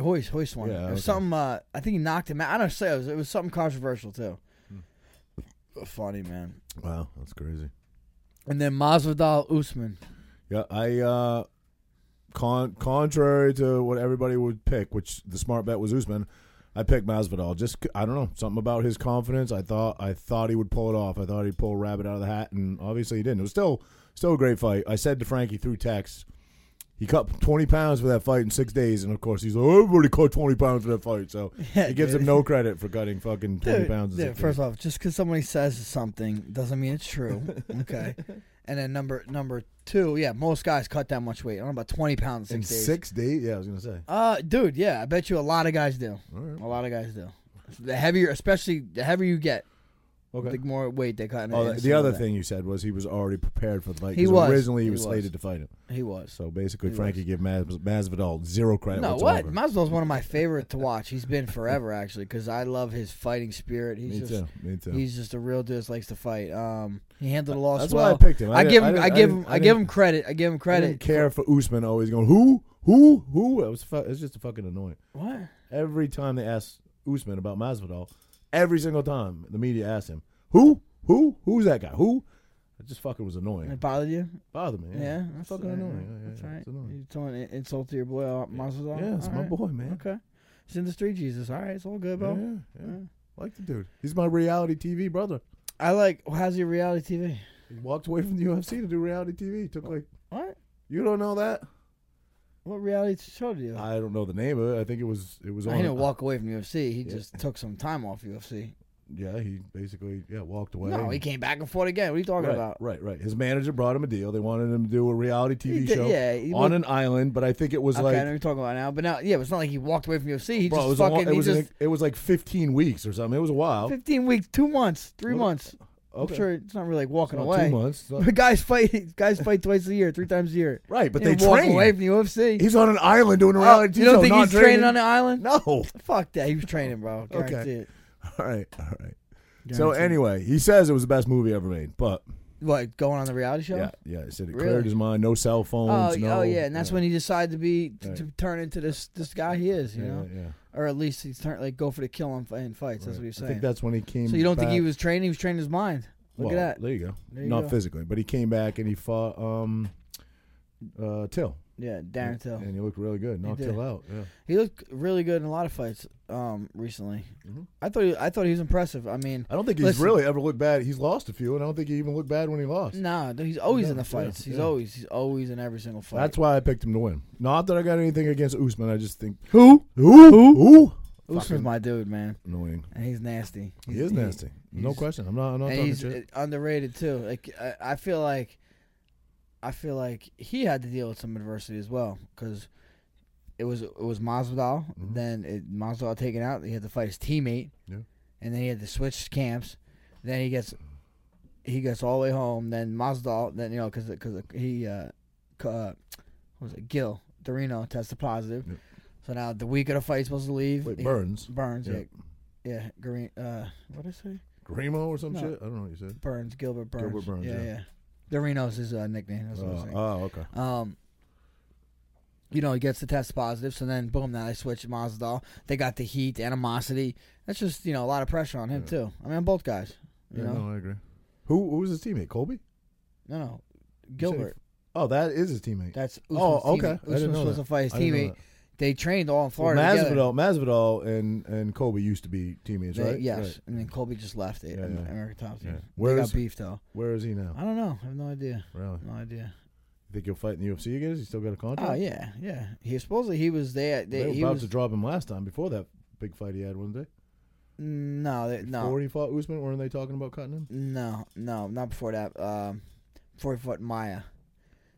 Speaker 2: Hoist, Hoist won.
Speaker 1: Yeah,
Speaker 2: it was
Speaker 1: okay.
Speaker 2: something. Uh, I think he knocked him out. I don't say it was, it was something controversial too.
Speaker 1: Hmm.
Speaker 2: Funny man.
Speaker 1: Wow, that's crazy.
Speaker 2: And then Masvidal Usman.
Speaker 1: Yeah, I uh con- contrary to what everybody would pick, which the smart bet was Usman, I picked Masvidal. Just c- I don't know, something about his confidence. I thought I thought he would pull it off. I thought he'd pull a rabbit out of the hat and obviously he didn't. It was still still a great fight. I said to Frankie through text he cut 20 pounds for that fight in six days, and of course he's like, oh, everybody cut 20 pounds for that fight. So
Speaker 2: Yeah,
Speaker 1: he gives
Speaker 2: dude.
Speaker 1: him no credit for cutting fucking 20
Speaker 2: Dude,
Speaker 1: pounds. in
Speaker 2: dude,
Speaker 1: six
Speaker 2: first
Speaker 1: days.
Speaker 2: off, just because somebody says something doesn't mean it's true. Okay. and then number number two, yeah, most guys cut that much weight. I don't know about twenty pounds in
Speaker 1: in
Speaker 2: six days.
Speaker 1: six days, yeah, I was gonna say.
Speaker 2: Uh, dude, yeah, I bet you a lot of guys do.
Speaker 1: All right.
Speaker 2: A lot of guys do. The heavier, especially the heavier you get,
Speaker 1: Okay.
Speaker 2: the more weight they cut. in a-
Speaker 1: Oh,
Speaker 2: in a
Speaker 1: the, the
Speaker 2: single
Speaker 1: other
Speaker 2: day.
Speaker 1: thing you said was he was already prepared for the fight.
Speaker 2: He
Speaker 1: 'cause
Speaker 2: was.
Speaker 1: Originally, he
Speaker 2: He
Speaker 1: was,
Speaker 2: was.
Speaker 1: slated to fight him.
Speaker 2: he was.
Speaker 1: So basically,
Speaker 2: He
Speaker 1: Frankie gave Mas, Masvidal zero credit.
Speaker 2: No, what?
Speaker 1: whatsoever.
Speaker 2: Masvidal's one of my favorite to watch. He's been forever actually, because I love his fighting spirit. He's
Speaker 1: Me
Speaker 2: just,
Speaker 1: too. Me too.
Speaker 2: He's just a real dude. that Likes to fight. Um, he handled a loss
Speaker 1: That's
Speaker 2: well.
Speaker 1: why I picked him. I
Speaker 2: I,
Speaker 1: didn't-
Speaker 2: give
Speaker 1: I
Speaker 2: him.
Speaker 1: didn't-
Speaker 2: I,
Speaker 1: I
Speaker 2: give
Speaker 1: didn't-
Speaker 2: him.
Speaker 1: I
Speaker 2: I, give
Speaker 1: didn't-
Speaker 2: him credit. I give him
Speaker 1: I
Speaker 2: credit.
Speaker 1: didn't care for Usman always going who who who. It was fu- it's just fucking annoying.
Speaker 2: What?
Speaker 1: Every time they asked Usman about Masvidal, every single time the media asked him who who who's that guy who. It just fucking was annoying.
Speaker 2: It
Speaker 1: It
Speaker 2: bothered you?
Speaker 1: bothered me.
Speaker 2: Yeah.
Speaker 1: Yeah,
Speaker 2: that's
Speaker 1: fucking
Speaker 2: uh,
Speaker 1: annoying. Yeah, yeah,
Speaker 2: that's
Speaker 1: yeah,
Speaker 2: right.
Speaker 1: It's annoying.
Speaker 2: You're throwing an insult to your boy uh, Masvidal.
Speaker 1: Yeah, it's
Speaker 2: All
Speaker 1: my
Speaker 2: right.
Speaker 1: boy, man.
Speaker 2: Okay. He's in the street, Jesus. All right, it's all good, bro.
Speaker 1: Yeah, yeah. Like the dude. He's my reality TV brother.
Speaker 2: I like. well, how's your reality TV?
Speaker 1: He walked away from the UFC to do reality TV. He took like
Speaker 2: What?
Speaker 1: you don't know that.
Speaker 2: What reality show do you? like?
Speaker 1: I don't know the name of it. I think it was it was
Speaker 2: he
Speaker 1: on.
Speaker 2: didn't walk away from UFC. He
Speaker 1: Yeah.
Speaker 2: just took some time off UFC.
Speaker 1: Yeah, he basically yeah walked away.
Speaker 2: No, he came back and forth again. What are you talking
Speaker 1: right,
Speaker 2: about?
Speaker 1: right, right. His manager brought him a deal. They wanted him to do a reality TV
Speaker 2: He did-
Speaker 1: show
Speaker 2: yeah, he
Speaker 1: on
Speaker 2: was-
Speaker 1: an island, but I think it was
Speaker 2: Okay, I know what
Speaker 1: like
Speaker 2: you're talking about now. But now, yeah, but it's not like he walked away from UFC. He
Speaker 1: bro, it
Speaker 2: just
Speaker 1: was a
Speaker 2: fucking.
Speaker 1: long, it
Speaker 2: he
Speaker 1: was
Speaker 2: just
Speaker 1: like, it was like 15 weeks or something. It was a while.
Speaker 2: 15 weeks, two months, three
Speaker 1: Well,
Speaker 2: months.
Speaker 1: okay.
Speaker 2: I'm sure it's not really like walking
Speaker 1: Not
Speaker 2: away.
Speaker 1: two months. It's not-
Speaker 2: But guys fight. Guys fight twice a year, three times a year.
Speaker 1: right, but
Speaker 2: He
Speaker 1: they
Speaker 2: didn't walk
Speaker 1: train.
Speaker 2: away from the UFC.
Speaker 1: He's on an island doing a
Speaker 2: Oh,
Speaker 1: reality TV
Speaker 2: you
Speaker 1: show.
Speaker 2: don't think
Speaker 1: not
Speaker 2: he's training on the island?
Speaker 1: No. All
Speaker 2: Fuck that. He was training, bro.
Speaker 1: Okay.
Speaker 2: Guarantee it.
Speaker 1: right, all right. So
Speaker 2: Guarantee it.
Speaker 1: anyway, he says it was the best movie ever made, but
Speaker 2: what going on the reality show?
Speaker 1: yeah, yeah, he said it
Speaker 2: Really?
Speaker 1: cleared his mind. No cell phones.
Speaker 2: Oh, y-
Speaker 1: no,
Speaker 2: oh yeah, and that's
Speaker 1: yeah,
Speaker 2: when he decided to be to,
Speaker 1: Right.
Speaker 2: to turn into this this guy he is, you
Speaker 1: yeah,
Speaker 2: know,
Speaker 1: yeah.
Speaker 2: or at least he's turn like go for the kill in, fi- in fights. That's
Speaker 1: Right.
Speaker 2: what he was
Speaker 1: I
Speaker 2: saying.
Speaker 1: think that's when he came.
Speaker 2: so you don't think he
Speaker 1: back-
Speaker 2: was training? He was training his mind. Look
Speaker 1: well,
Speaker 2: at that.
Speaker 1: There you go.
Speaker 2: There you
Speaker 1: Not
Speaker 2: go.
Speaker 1: physically, but he came back and he fought um, uh, Till.
Speaker 2: Yeah, Darren Till.
Speaker 1: And he looked really good. Knocked
Speaker 2: did.
Speaker 1: Till out. Yeah.
Speaker 2: He looked really good in a lot of fights um, recently.
Speaker 1: Mhm.
Speaker 2: I thought he, I thought he was impressive. I mean,
Speaker 1: I don't think he's
Speaker 2: Listen. Mm.
Speaker 1: really ever looked bad. He's lost a few, and I don't think he even looked bad when he lost.
Speaker 2: no, nah, he's always
Speaker 1: No,
Speaker 2: in the
Speaker 1: yeah,
Speaker 2: fights. he's
Speaker 1: yeah.
Speaker 2: always he's always in every single fight.
Speaker 1: That's why I picked him to win. Not that I got anything against Usman. I just think
Speaker 2: who
Speaker 1: who who
Speaker 2: Usman's my dude, man,
Speaker 1: annoying.
Speaker 2: and he's nasty.
Speaker 1: He
Speaker 2: He's-
Speaker 1: is nasty. no
Speaker 2: he's-
Speaker 1: question. I'm not. I'm not
Speaker 2: and
Speaker 1: talking
Speaker 2: he's
Speaker 1: shit.
Speaker 2: uh, underrated too. Like I, I feel like, I feel like he had to deal with some adversity as well because it was it was Masvidal. Then it, Masvidal taken out. He had to fight his teammate.
Speaker 1: Mm-hmm. Yeah.
Speaker 2: And then he had to switch camps. Then he gets he gets all the way home. Then Masvidal. Then you know because because he uh, c- uh what was it Gil Dorino tested positive.
Speaker 1: Yeah.
Speaker 2: So now the week of the fight he's supposed to leave.
Speaker 1: Wait,
Speaker 2: uh, He-
Speaker 1: Burns,
Speaker 2: Burns. Yeah.
Speaker 1: Yeah.
Speaker 2: Yeah. Green. Uh, what did I say?
Speaker 1: Grimo, or some
Speaker 2: No.
Speaker 1: shit. I don't know what you said.
Speaker 2: Burns, Gilbert Burns.
Speaker 1: Gilbert Burns,
Speaker 2: Yeah, yeah.
Speaker 1: yeah.
Speaker 2: Dorino's his uh, nickname. That's what I was
Speaker 1: Oh,
Speaker 2: saying.
Speaker 1: oh, okay.
Speaker 2: Um, you know, he gets the test positive, so then boom, now they switch Masvidal. They got the heat, the animosity. That's just you know a lot of pressure on him
Speaker 1: Yeah.
Speaker 2: too. I mean, on both guys. You
Speaker 1: Yeah,
Speaker 2: know,
Speaker 1: no, I agree. Who who was his teammate? Colby?
Speaker 2: no, no, Gilbert.
Speaker 1: Oh, that is his teammate.
Speaker 2: That's Usman's
Speaker 1: Oh, okay.
Speaker 2: Teammate.
Speaker 1: I didn't
Speaker 2: Usman
Speaker 1: know
Speaker 2: was supposed
Speaker 1: that.
Speaker 2: to fight his
Speaker 1: I didn't know
Speaker 2: teammate.
Speaker 1: that.
Speaker 2: They trained all in
Speaker 1: Well,
Speaker 2: Florida. together.
Speaker 1: Masvidal, Masvidal, and and Colby used to be teammates,
Speaker 2: They-
Speaker 1: right?
Speaker 2: yes,
Speaker 1: Right.
Speaker 2: and then Colby just left it.
Speaker 1: Yeah,
Speaker 2: and
Speaker 1: yeah.
Speaker 2: American Top Team.
Speaker 1: Yeah.
Speaker 2: They
Speaker 1: Where's-
Speaker 2: got beef though.
Speaker 1: Where is he now?
Speaker 2: I don't know. I have no idea.
Speaker 1: Really?
Speaker 2: No idea.
Speaker 1: You think he'll fight in the UFC again? Has he still got a contract?
Speaker 2: Oh yeah, yeah. He supposedly he was there.
Speaker 1: They,
Speaker 2: They,
Speaker 1: were
Speaker 2: he
Speaker 1: about
Speaker 2: was
Speaker 1: to drop him last time before that big fight he had, wasn't they?
Speaker 2: no, they, no,
Speaker 1: Before he fought Usman, weren't they talking about cutting him?
Speaker 2: no, no, not before that. Um, before he fought Maya,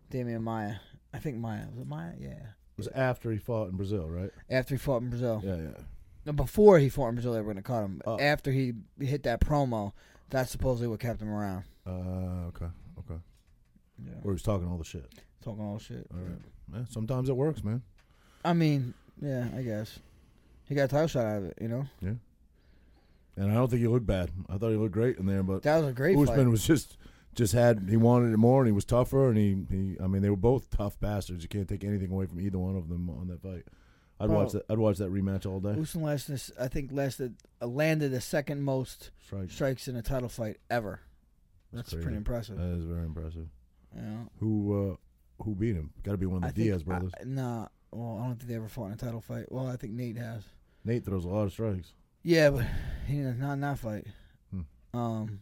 Speaker 2: Damian Maya. I think Maya was it Maya? Yeah.
Speaker 1: It was after he fought in Brazil, right?
Speaker 2: After he fought in Brazil,
Speaker 1: Yeah, yeah.
Speaker 2: no, before he fought in Brazil, they were gonna cut him.
Speaker 1: Oh.
Speaker 2: After he hit that promo, that's supposedly what kept him around.
Speaker 1: Uh, okay, okay.
Speaker 2: Yeah.
Speaker 1: Or he was talking all the shit.
Speaker 2: Talking all shit.
Speaker 1: All right. Yeah, sometimes it works, man.
Speaker 2: I mean, yeah, I guess. He got a title shot out of it, you know?
Speaker 1: And I don't think he looked bad. I thought he looked great in there, but
Speaker 2: That was a great
Speaker 1: Usman
Speaker 2: fight.
Speaker 1: was just just had he wanted it more, and he was tougher, and he, he I mean they were both tough bastards. You can't take anything away from either one of them on that fight. I'd
Speaker 2: Bro.
Speaker 1: watch that. I'd watch that rematch all day.
Speaker 2: Usman lasted, I think, lasted uh, landed the second most
Speaker 1: Strike.
Speaker 2: strikes in a title fight ever.
Speaker 1: That's
Speaker 2: That's
Speaker 1: crazy. Uh,
Speaker 2: pretty impressive.
Speaker 1: That is very impressive.
Speaker 2: you know?
Speaker 1: Who uh, who beat him? Got to be one of the
Speaker 2: I think-
Speaker 1: Diaz brothers.
Speaker 2: I, nah, well, I don't think they ever fought in a title fight. Well, I think Nate has.
Speaker 1: Nate throws a lot of strikes.
Speaker 2: Yeah, but he didn't- not in that fight.
Speaker 1: Hmm.
Speaker 2: Um,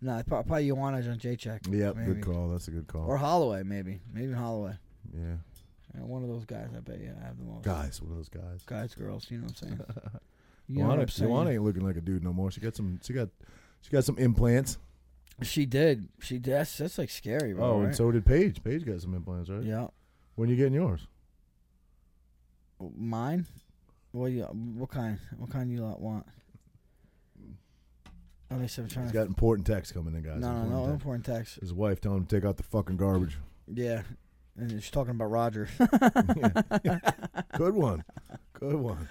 Speaker 2: nah, prob- probably Ioana on Jacek.
Speaker 1: Yeah,
Speaker 2: maybe.
Speaker 1: good call. That's a good call.
Speaker 2: Or Holloway, maybe. Maybe Holloway.
Speaker 1: yeah,
Speaker 2: Yeah, one of those guys, I bet you I have the most.
Speaker 1: guys, one of those guys.
Speaker 2: Guys, girls, you know what I'm
Speaker 1: Uh,
Speaker 2: saying? You know what
Speaker 1: Joanna,
Speaker 2: I'm saying?
Speaker 1: Joanna ain't looking like a dude no more. She got some. She got. She got some implants.
Speaker 2: She did. She did. That's, that's like scary, bro.
Speaker 1: Oh, and
Speaker 2: right?
Speaker 1: so did Paige. Paige got some implants, right?
Speaker 2: yeah.
Speaker 1: When you getting yours?
Speaker 2: Mine? What you? What kind? What kind you lot want? At least I'm
Speaker 1: Mm.
Speaker 2: trying
Speaker 1: He's
Speaker 2: to.
Speaker 1: got important texts coming in, guys.
Speaker 2: no, no,
Speaker 1: Important
Speaker 2: no,
Speaker 1: texts.
Speaker 2: important text.
Speaker 1: His wife telling him to take out the fucking garbage.
Speaker 2: Yeah, and she's talking about Roger.
Speaker 1: Good one. Good one.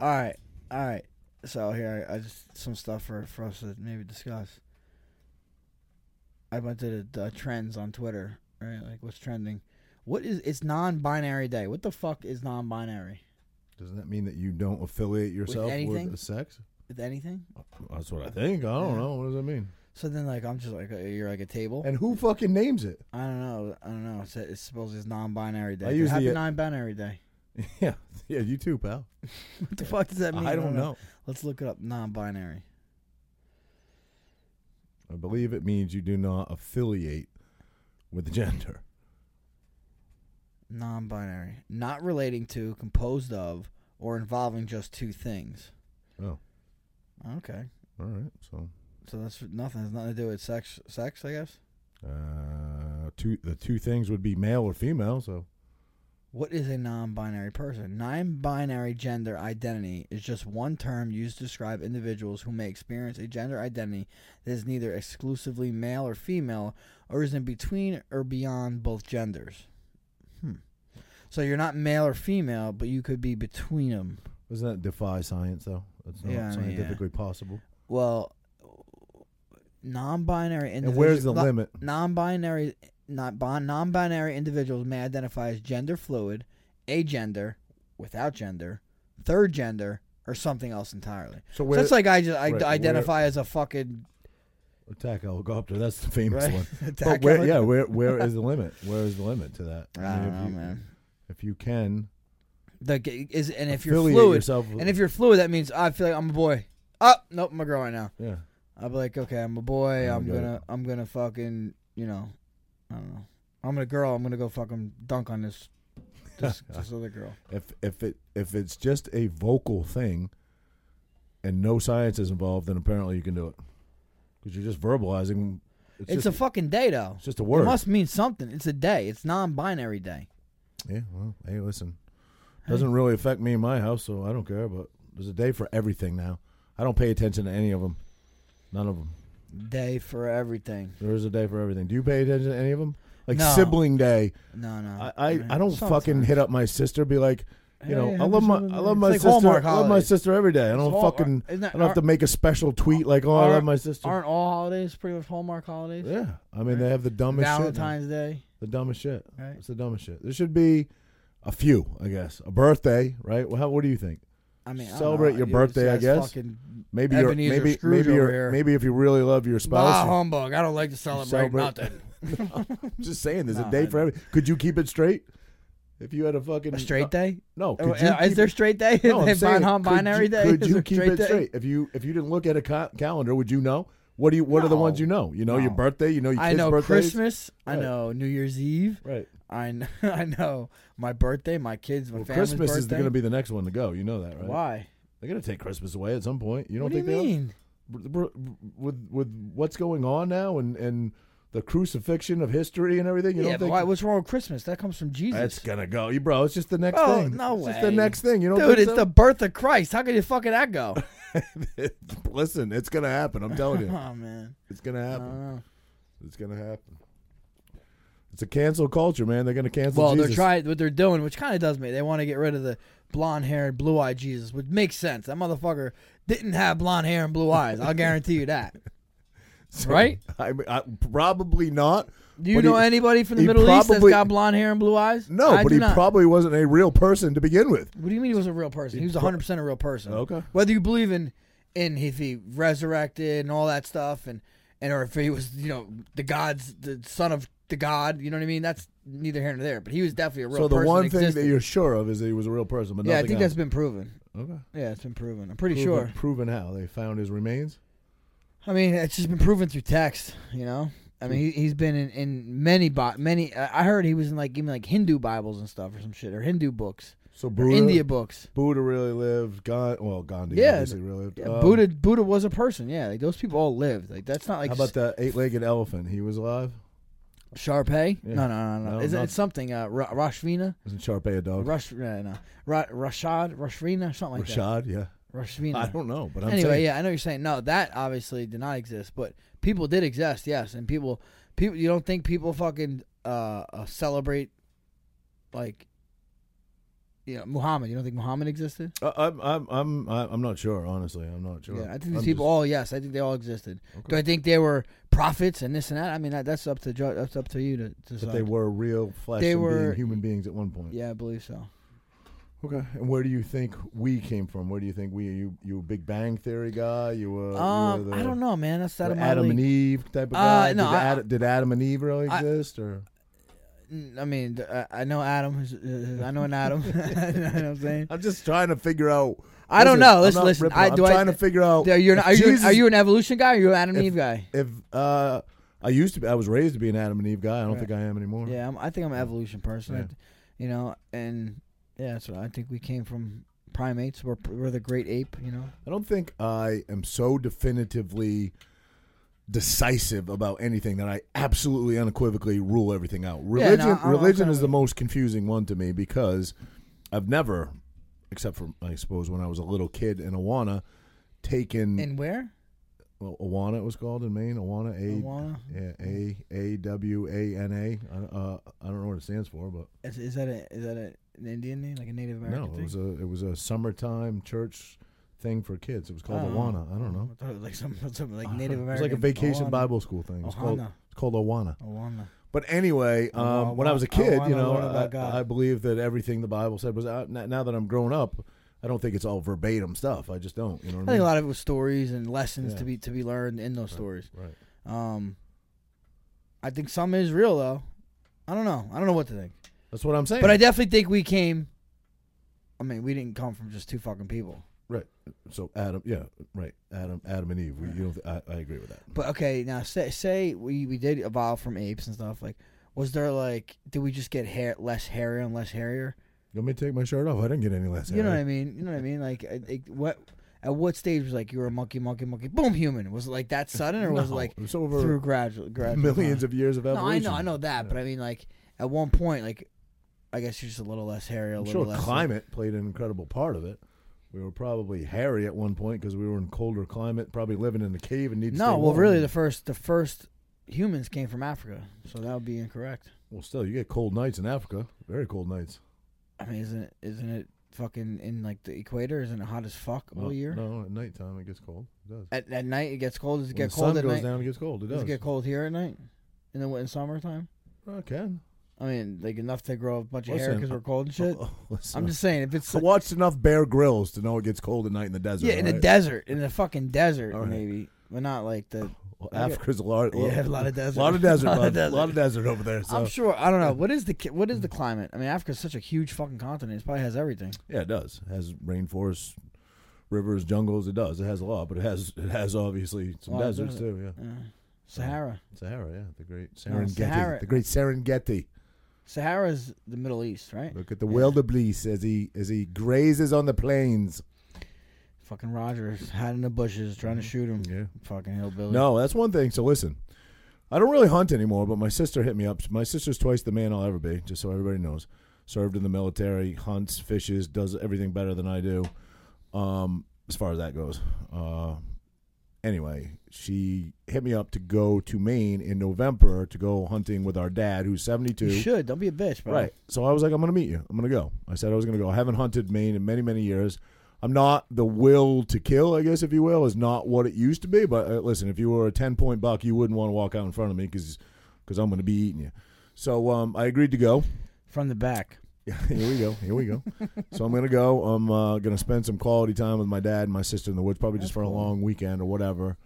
Speaker 2: all right, all right. So here, I, I just some stuff for for us to maybe discuss. I went to the, the trends on Twitter, right? Like what's trending. What is it's non-binary day? What the fuck is non-binary?
Speaker 1: Doesn't that mean that you don't affiliate yourself with,
Speaker 2: anything?
Speaker 1: a sex?
Speaker 2: With anything?
Speaker 1: That's what I think. I don't
Speaker 2: Yeah.
Speaker 1: know. What does that mean?
Speaker 2: So then, like, I'm just like, uh, you're like a table.
Speaker 1: And who fucking names it?
Speaker 2: I don't know. I don't know. It's, it's supposed it's non-binary day.
Speaker 1: I uh, use
Speaker 2: Happy
Speaker 1: the-
Speaker 2: non-binary day.
Speaker 1: Yeah. Yeah, you too, pal.
Speaker 2: What the fuck does that mean?
Speaker 1: I don't know.
Speaker 2: Let's look it up. Non-binary.
Speaker 1: I believe it means you do not affiliate with the gender.
Speaker 2: Non-binary. Not relating to, composed of, or involving just two things.
Speaker 1: Oh,
Speaker 2: Okay.
Speaker 1: all right. So,
Speaker 2: So that's nothing. It's nothing to do with sex. Sex, I guess.
Speaker 1: uh, two the two things would be male or female. So,
Speaker 2: What is a non-binary person? Non-binary gender identity is just one term used to describe individuals who may experience a gender identity that is neither exclusively male or female, or is in between or beyond both genders. Hmm. So you're not male or female, but you could be between them.
Speaker 1: doesn't that defy science, though? It's not
Speaker 2: Yeah, I mean, yeah.
Speaker 1: scientifically possible.
Speaker 2: Well, non-binary individuals.
Speaker 1: And where's the limit?
Speaker 2: non-binary not bon, non-binary individuals may identify as gender fluid, agender, without gender, third gender, or something else entirely.
Speaker 1: So,
Speaker 2: so
Speaker 1: where,
Speaker 2: it's like I just I
Speaker 1: right,
Speaker 2: d- identify as a fucking
Speaker 1: attack helicopter. That's the famous
Speaker 2: right?
Speaker 1: one.
Speaker 2: attack
Speaker 1: But where,
Speaker 2: on-
Speaker 1: yeah, where where is the limit? Where is the limit to that?
Speaker 2: I
Speaker 1: mean,
Speaker 2: don't
Speaker 1: if
Speaker 2: know,
Speaker 1: you,
Speaker 2: man.
Speaker 1: If you can,
Speaker 2: The g- is and if you're
Speaker 1: affiliate
Speaker 2: fluid,
Speaker 1: yourself with,
Speaker 2: and if you're fluid, that means I feel like I'm a boy. Oh, nope, I'm a girl right now.
Speaker 1: yeah,
Speaker 2: I'll be like, okay, I'm a boy.
Speaker 1: Yeah, I
Speaker 2: I'm
Speaker 1: get
Speaker 2: gonna,
Speaker 1: it.
Speaker 2: I'm gonna fucking, you know, I don't know. I'm a girl. I'm gonna go fucking dunk on this, this, this other girl.
Speaker 1: if if it if it's just a vocal thing, and no science is involved, then apparently you can do it because you're just verbalizing. It's,
Speaker 2: It's,
Speaker 1: just,
Speaker 2: a fucking day though.
Speaker 1: it's just a word.
Speaker 2: It must mean something. It's a day. It's non-binary day.
Speaker 1: yeah. Well, hey, listen, doesn't really affect me in my house, so I don't care. But there's a day for everything now. I don't pay attention to any of them. None of them.
Speaker 2: Day for everything.
Speaker 1: There is a day for everything. Do you pay attention to any of them? Like
Speaker 2: No.
Speaker 1: sibling day.
Speaker 2: No, no.
Speaker 1: I, I,
Speaker 2: mean,
Speaker 1: I don't fucking
Speaker 2: sometimes.
Speaker 1: hit up my sister. Be like, You know,
Speaker 2: Hey,
Speaker 1: I
Speaker 2: happy
Speaker 1: love my
Speaker 2: Father's
Speaker 1: I
Speaker 2: Day.
Speaker 1: love
Speaker 2: It's
Speaker 1: my
Speaker 2: like
Speaker 1: sister.
Speaker 2: Hallmark
Speaker 1: I love my
Speaker 2: holidays.
Speaker 1: sister every day. I
Speaker 2: It's
Speaker 1: don't
Speaker 2: Hallmark.
Speaker 1: fucking
Speaker 2: Isn't
Speaker 1: I
Speaker 2: that-
Speaker 1: don't have to make a special tweet like, "Oh, I
Speaker 2: aren't-
Speaker 1: love my sister."
Speaker 2: Aren't all holidays pretty much Hallmark holidays?
Speaker 1: yeah, I mean they have the dumbest shit. now.
Speaker 2: Valentine's Day.
Speaker 1: The dumbest shit.
Speaker 2: Right.
Speaker 1: It's the dumbest shit. There should be a few, I guess. A birthday, right? Well, how, what do you think?
Speaker 2: I mean, I don't
Speaker 1: Celebrate
Speaker 2: know.
Speaker 1: your
Speaker 2: You
Speaker 1: birthday, I
Speaker 2: just
Speaker 1: guess.
Speaker 2: fucking
Speaker 1: Maybe
Speaker 2: Ebenezer
Speaker 1: your maybe
Speaker 2: Scrooge
Speaker 1: maybe your-
Speaker 2: over here.
Speaker 1: maybe if you really love your
Speaker 2: bah
Speaker 1: spouse, you-
Speaker 2: humbug. I don't like to celebrate,
Speaker 1: Celebrate.
Speaker 2: nothing.
Speaker 1: just saying, there's
Speaker 2: Nah,
Speaker 1: a day
Speaker 2: I
Speaker 1: for every. Could you keep it straight? If you had a fucking
Speaker 2: A straight
Speaker 1: uh,
Speaker 2: day?
Speaker 1: no.
Speaker 2: Oh,
Speaker 1: Could you
Speaker 2: is
Speaker 1: keep-
Speaker 2: there straight day?
Speaker 1: No, I'm
Speaker 2: Is there
Speaker 1: saying,
Speaker 2: non-
Speaker 1: could
Speaker 2: binary
Speaker 1: you-
Speaker 2: day?
Speaker 1: Could
Speaker 2: Is
Speaker 1: you
Speaker 2: there
Speaker 1: keep
Speaker 2: straight
Speaker 1: it
Speaker 2: day?
Speaker 1: straight? If you if you didn't look at a ca- calendar, would you know? What do you? What are the ones
Speaker 2: No.
Speaker 1: you know? You know your
Speaker 2: No.
Speaker 1: birthday. You know your
Speaker 2: I
Speaker 1: kids'
Speaker 2: know
Speaker 1: birthdays.
Speaker 2: Christmas. I
Speaker 1: Right.
Speaker 2: know New Year's Eve.
Speaker 1: Right.
Speaker 2: I know, I know my birthday, my kids, my
Speaker 1: Well,
Speaker 2: family's
Speaker 1: Christmas
Speaker 2: birthday.
Speaker 1: is going to be the next one to go. You know that, right?
Speaker 2: Why?
Speaker 1: They're going to take Christmas away at some point. You don't
Speaker 2: What do you
Speaker 1: think they? are?
Speaker 2: mean?
Speaker 1: Br- br- With with what's going on now and and the crucifixion of history and everything. You
Speaker 2: Yeah,
Speaker 1: don't
Speaker 2: but
Speaker 1: think
Speaker 2: why, what's wrong with Christmas? That comes from Jesus.
Speaker 1: that's gonna go, you bro? It's just the next
Speaker 2: Oh,
Speaker 1: thing.
Speaker 2: no
Speaker 1: it's Just the
Speaker 2: way.
Speaker 1: next thing. You don't
Speaker 2: Dude,
Speaker 1: think
Speaker 2: it's
Speaker 1: so?
Speaker 2: the birth of Christ. How can you fucking that go?
Speaker 1: Listen, it's gonna happen. I'm telling you,
Speaker 2: oh man. Uh,
Speaker 1: it's gonna
Speaker 2: I
Speaker 1: happen.
Speaker 2: don't know.
Speaker 1: It's gonna happen. It's a cancel culture, man. They're gonna cancel.
Speaker 2: Well, they're
Speaker 1: Jesus.
Speaker 2: trying what they're doing, which kind of does me. They want to get rid of the blonde hair and blue eyed Jesus, which makes sense. That motherfucker didn't have blonde hair and blue eyes. I'll guarantee you that.
Speaker 1: So,
Speaker 2: right?
Speaker 1: I, mean, I- probably not.
Speaker 2: Do you
Speaker 1: But
Speaker 2: know
Speaker 1: he-
Speaker 2: anybody from the
Speaker 1: he
Speaker 2: Middle East that's
Speaker 1: probably-
Speaker 2: got blonde hair and blue eyes?
Speaker 1: No,
Speaker 2: I
Speaker 1: but
Speaker 2: do
Speaker 1: he
Speaker 2: not.
Speaker 1: probably wasn't a real person to begin with.
Speaker 2: What do you mean he was a real person? He was 100% a real person.
Speaker 1: Okay.
Speaker 2: Whether you believe in in if he resurrected and all that stuff and and or if he was, you know, the god's the son of the god, you know what I mean? That's neither here nor there, but he was definitely a real
Speaker 1: So the
Speaker 2: person.
Speaker 1: one thing
Speaker 2: existed.
Speaker 1: that you're sure of is that he was a real person, but
Speaker 2: Yeah, I
Speaker 1: nothing
Speaker 2: think
Speaker 1: else.
Speaker 2: that's been proven.
Speaker 1: okay.
Speaker 2: Yeah, it's been proven. I'm pretty
Speaker 1: Proven,
Speaker 2: sure.
Speaker 1: proven how they found his remains.
Speaker 2: I mean, it's just been proven through text, you know? I mean, he, he's been in, in many, bi- many. I I heard he was in like even like Hindu Bibles and stuff or some shit, or Hindu books,
Speaker 1: So
Speaker 2: or
Speaker 1: Buddha,
Speaker 2: India books.
Speaker 1: Buddha really lived. God, well, Gandhi
Speaker 2: Yeah,
Speaker 1: obviously really lived.
Speaker 2: Yeah,
Speaker 1: Um,
Speaker 2: Buddha Buddha was a person. Yeah, like those people all lived. Like that's not like
Speaker 1: how about that eight-legged elephant? He was alive.
Speaker 2: Sharpay?
Speaker 1: Yeah.
Speaker 2: No, no, no, no.
Speaker 1: No,
Speaker 2: Is
Speaker 1: not-
Speaker 2: it it's something? Uh, Ra- Rashvina,
Speaker 1: Isn't Sharpay a dog?
Speaker 2: Rush, uh, no, Ra- Rashad, Rashvina, something like that.
Speaker 1: Rashad, yeah.
Speaker 2: Rashvina.
Speaker 1: I don't know, but I'm
Speaker 2: anyway,
Speaker 1: saying
Speaker 2: yeah, I know what you're saying no. That obviously did not exist, but people did exist, yes. And people, people, you don't think people fucking uh, uh celebrate like, you know, Muhammad? You don't think Muhammad existed?
Speaker 1: I, I'm, I'm, I'm, I'm not sure. Honestly, I'm not sure.
Speaker 2: Yeah, I think these
Speaker 1: I'm
Speaker 2: people
Speaker 1: just-
Speaker 2: all yes, I think they all existed. Do
Speaker 1: Okay.
Speaker 2: I think they were prophets and this and that? I mean, that, that's up to ju- that's up to you to, to
Speaker 1: But
Speaker 2: decide.
Speaker 1: they were real flesh
Speaker 2: They
Speaker 1: and
Speaker 2: were-
Speaker 1: being human beings at one point.
Speaker 2: Yeah, I believe so.
Speaker 1: Okay. And where do you think we came from? Where do you think we you you a Big Bang Theory guy? You were
Speaker 2: um,
Speaker 1: you were the,
Speaker 2: I don't know, man. That's out
Speaker 1: the
Speaker 2: of my
Speaker 1: Adam
Speaker 2: league.
Speaker 1: and Eve type of
Speaker 2: Uh,
Speaker 1: guy.
Speaker 2: no,
Speaker 1: did,
Speaker 2: I-
Speaker 1: Adam, did Adam and Eve really
Speaker 2: I-
Speaker 1: exist or
Speaker 2: N- I mean, th- I- I know Adam. is- uh, I know an Adam. you know what I'm saying?
Speaker 1: I'm just trying to figure out.
Speaker 2: I don't know.
Speaker 1: I'm
Speaker 2: Listen,
Speaker 1: not
Speaker 2: listen,
Speaker 1: ripping-
Speaker 2: I-
Speaker 1: I'm
Speaker 2: do I-
Speaker 1: trying to figure out.
Speaker 2: Are you, an,
Speaker 1: if
Speaker 2: are, you an,
Speaker 1: Oh, Jesus-
Speaker 2: are you an evolution guy or are you an Adam and
Speaker 1: If-
Speaker 2: Eve guy?
Speaker 1: If uh, I used to be, I was raised to be an Adam and Eve guy. I don't
Speaker 2: Right.
Speaker 1: think I am anymore.
Speaker 2: Yeah, I'm, I think I'm an evolution person. I
Speaker 1: Mm-hmm. Yeah.
Speaker 2: th- you know, and yeah, that's what I think we came from primates. We're, we're the great ape, you know?
Speaker 1: I don't think I am so definitively decisive about anything that I absolutely unequivocally rule everything out.
Speaker 2: no,
Speaker 1: Religion
Speaker 2: I'm- I'm
Speaker 1: religion
Speaker 2: kinda
Speaker 1: is the
Speaker 2: with you.
Speaker 1: most confusing one to me because I've never except for I suppose when I was a little kid in Awana taken
Speaker 2: And where?
Speaker 1: well, Awana it was called in Maine, Awana A
Speaker 2: Awana?
Speaker 1: yeah, A A W A N A. I uh, I don't know what it stands for, but
Speaker 2: Is, is that a is that a, an Indian name, like a Native American
Speaker 1: no,
Speaker 2: thing?
Speaker 1: it was a it was a summertime church thing for kids. It was called
Speaker 2: Oh.
Speaker 1: Awana. I don't know.
Speaker 2: I thought it was like some, something like
Speaker 1: I
Speaker 2: Native
Speaker 1: don't know.
Speaker 2: American.
Speaker 1: It was like a vacation
Speaker 2: Awana.
Speaker 1: Bible school thing. It was called,
Speaker 2: Ohana.
Speaker 1: it's called Awana.
Speaker 2: Awana.
Speaker 1: But anyway, um,
Speaker 2: Awana.
Speaker 1: when I was a kid, you
Speaker 2: Awana,
Speaker 1: know,
Speaker 2: learn about God.
Speaker 1: I, I believe that everything the Bible said was out. Now now that I'm grown up, I don't think it's all verbatim stuff. I just don't. You know
Speaker 2: I
Speaker 1: what I
Speaker 2: think
Speaker 1: mean?
Speaker 2: a lot of it was stories and lessons
Speaker 1: Yeah.
Speaker 2: to be to be learned in those stories.
Speaker 1: right.
Speaker 2: Um, I think some is real though. I don't know. I don't know what to think.
Speaker 1: That's what I'm saying.
Speaker 2: But I definitely think we came. I mean, we didn't come from just two fucking people.
Speaker 1: right. So Adam, yeah, right. Adam, Adam and Eve. We, you don't. I, I agree with that.
Speaker 2: But okay, now say say we we did evolve from apes and stuff. Like, was there like did we just get hair less hairy and less hairier?
Speaker 1: You want me to take my shirt off? I didn't get any less.
Speaker 2: You know what
Speaker 1: hair.
Speaker 2: I mean? You know what I mean? Like, I- like what at what stage was like you were a monkey, monkey, monkey, boom, human? Was it like that sudden, or was it
Speaker 1: No,
Speaker 2: like
Speaker 1: it's over
Speaker 2: through gradual, gradual
Speaker 1: millions
Speaker 2: time?
Speaker 1: of years of
Speaker 2: No, I
Speaker 1: evolution?
Speaker 2: know, I know that, but I mean, like at one point, like I guess you're just a little less hairy, a
Speaker 1: I'm
Speaker 2: little
Speaker 1: sure
Speaker 2: less
Speaker 1: climate played an incredible part of it. We were probably hairy at one point because we were in colder climate, probably living in a cave and needed.
Speaker 2: No, well, really, the first the first humans came from Africa, so that would be incorrect.
Speaker 1: well, still, you get cold nights in Africa. Very cold nights.
Speaker 2: I mean, isn't it, isn't it fucking in like the equator? Isn't it hot as fuck all
Speaker 3: Well,
Speaker 2: year?
Speaker 3: No, at nighttime it gets cold. It does.
Speaker 2: At, at night it gets cold. Does it
Speaker 3: When
Speaker 2: get
Speaker 3: the
Speaker 2: cold
Speaker 3: sun
Speaker 2: at
Speaker 3: goes
Speaker 2: night?
Speaker 3: down, it gets cold. It
Speaker 2: Does
Speaker 3: does.
Speaker 2: it get cold here at night? In the in summertime?
Speaker 3: Oh, it can.
Speaker 2: I mean, like enough to grow a bunch of hair hair
Speaker 1: Listen, uh,
Speaker 2: because we're cold and shit.
Speaker 1: Oh, Listen,
Speaker 2: I'm just saying, if it's
Speaker 1: I watched enough Bear Grylls to know it gets cold at night in the desert.
Speaker 2: yeah, in the
Speaker 1: alright?
Speaker 2: desert, in the fucking desert,
Speaker 1: All right.
Speaker 2: maybe, but not like the
Speaker 1: Well, Africa's a lot,
Speaker 2: yeah, a lot of desert,
Speaker 1: lot of desert,
Speaker 2: lot of
Speaker 1: bud.
Speaker 2: desert.
Speaker 1: lot of desert over there. So Mm.
Speaker 2: I'm sure. I don't know what is the ki- what is the climate. I mean, Africa's such a huge fucking continent. It probably has everything.
Speaker 1: yeah, it does. It has rainforests, rivers, jungles. It does. It has a lot, but it has it has obviously some
Speaker 2: A lot of
Speaker 1: deserts
Speaker 2: desert.
Speaker 1: too. Yeah,
Speaker 2: Uh, Sahara.
Speaker 3: Sahara, yeah, the great Sahara.
Speaker 2: No,
Speaker 1: Serengeti,
Speaker 2: Sahara-
Speaker 1: the great Serengeti.
Speaker 2: Sahara's the Middle East, right?
Speaker 1: Look at the wildebeest as he as he grazes on the plains.
Speaker 2: Fucking Rogers hiding in the bushes trying to shoot him.
Speaker 1: Mm. Yeah.
Speaker 2: Fucking hillbilly.
Speaker 1: No, that's one thing. So listen, I don't really hunt anymore, but my sister hit me up. My sister's twice the man I'll ever be, just so everybody knows. Served in the military, hunts, fishes, does everything better than I do, um, as far as that goes. Uh, anyway, she hit me up to go to Maine in November to go hunting with our dad, who's seventy-two.
Speaker 2: You should. Don't be a bitch, bro.
Speaker 1: Right. So I was like, I'm going to meet you. I'm going to go. I said I was going to go. I haven't hunted Maine in many, many years. I'm not the will to kill, I guess, if you will, is not what it used to be. But uh, listen, if you were a 10 point buck, you wouldn't want to walk out in front of me because I'm going to be eating you. So um, I agreed to go.
Speaker 2: From the back.
Speaker 1: Yeah, here we go. Here we go. so I'm gonna go. I'm uh, gonna spend some quality time with my dad and my sister in the woods, probably just
Speaker 2: That's
Speaker 1: for
Speaker 2: cool.
Speaker 1: a long weekend or whatever.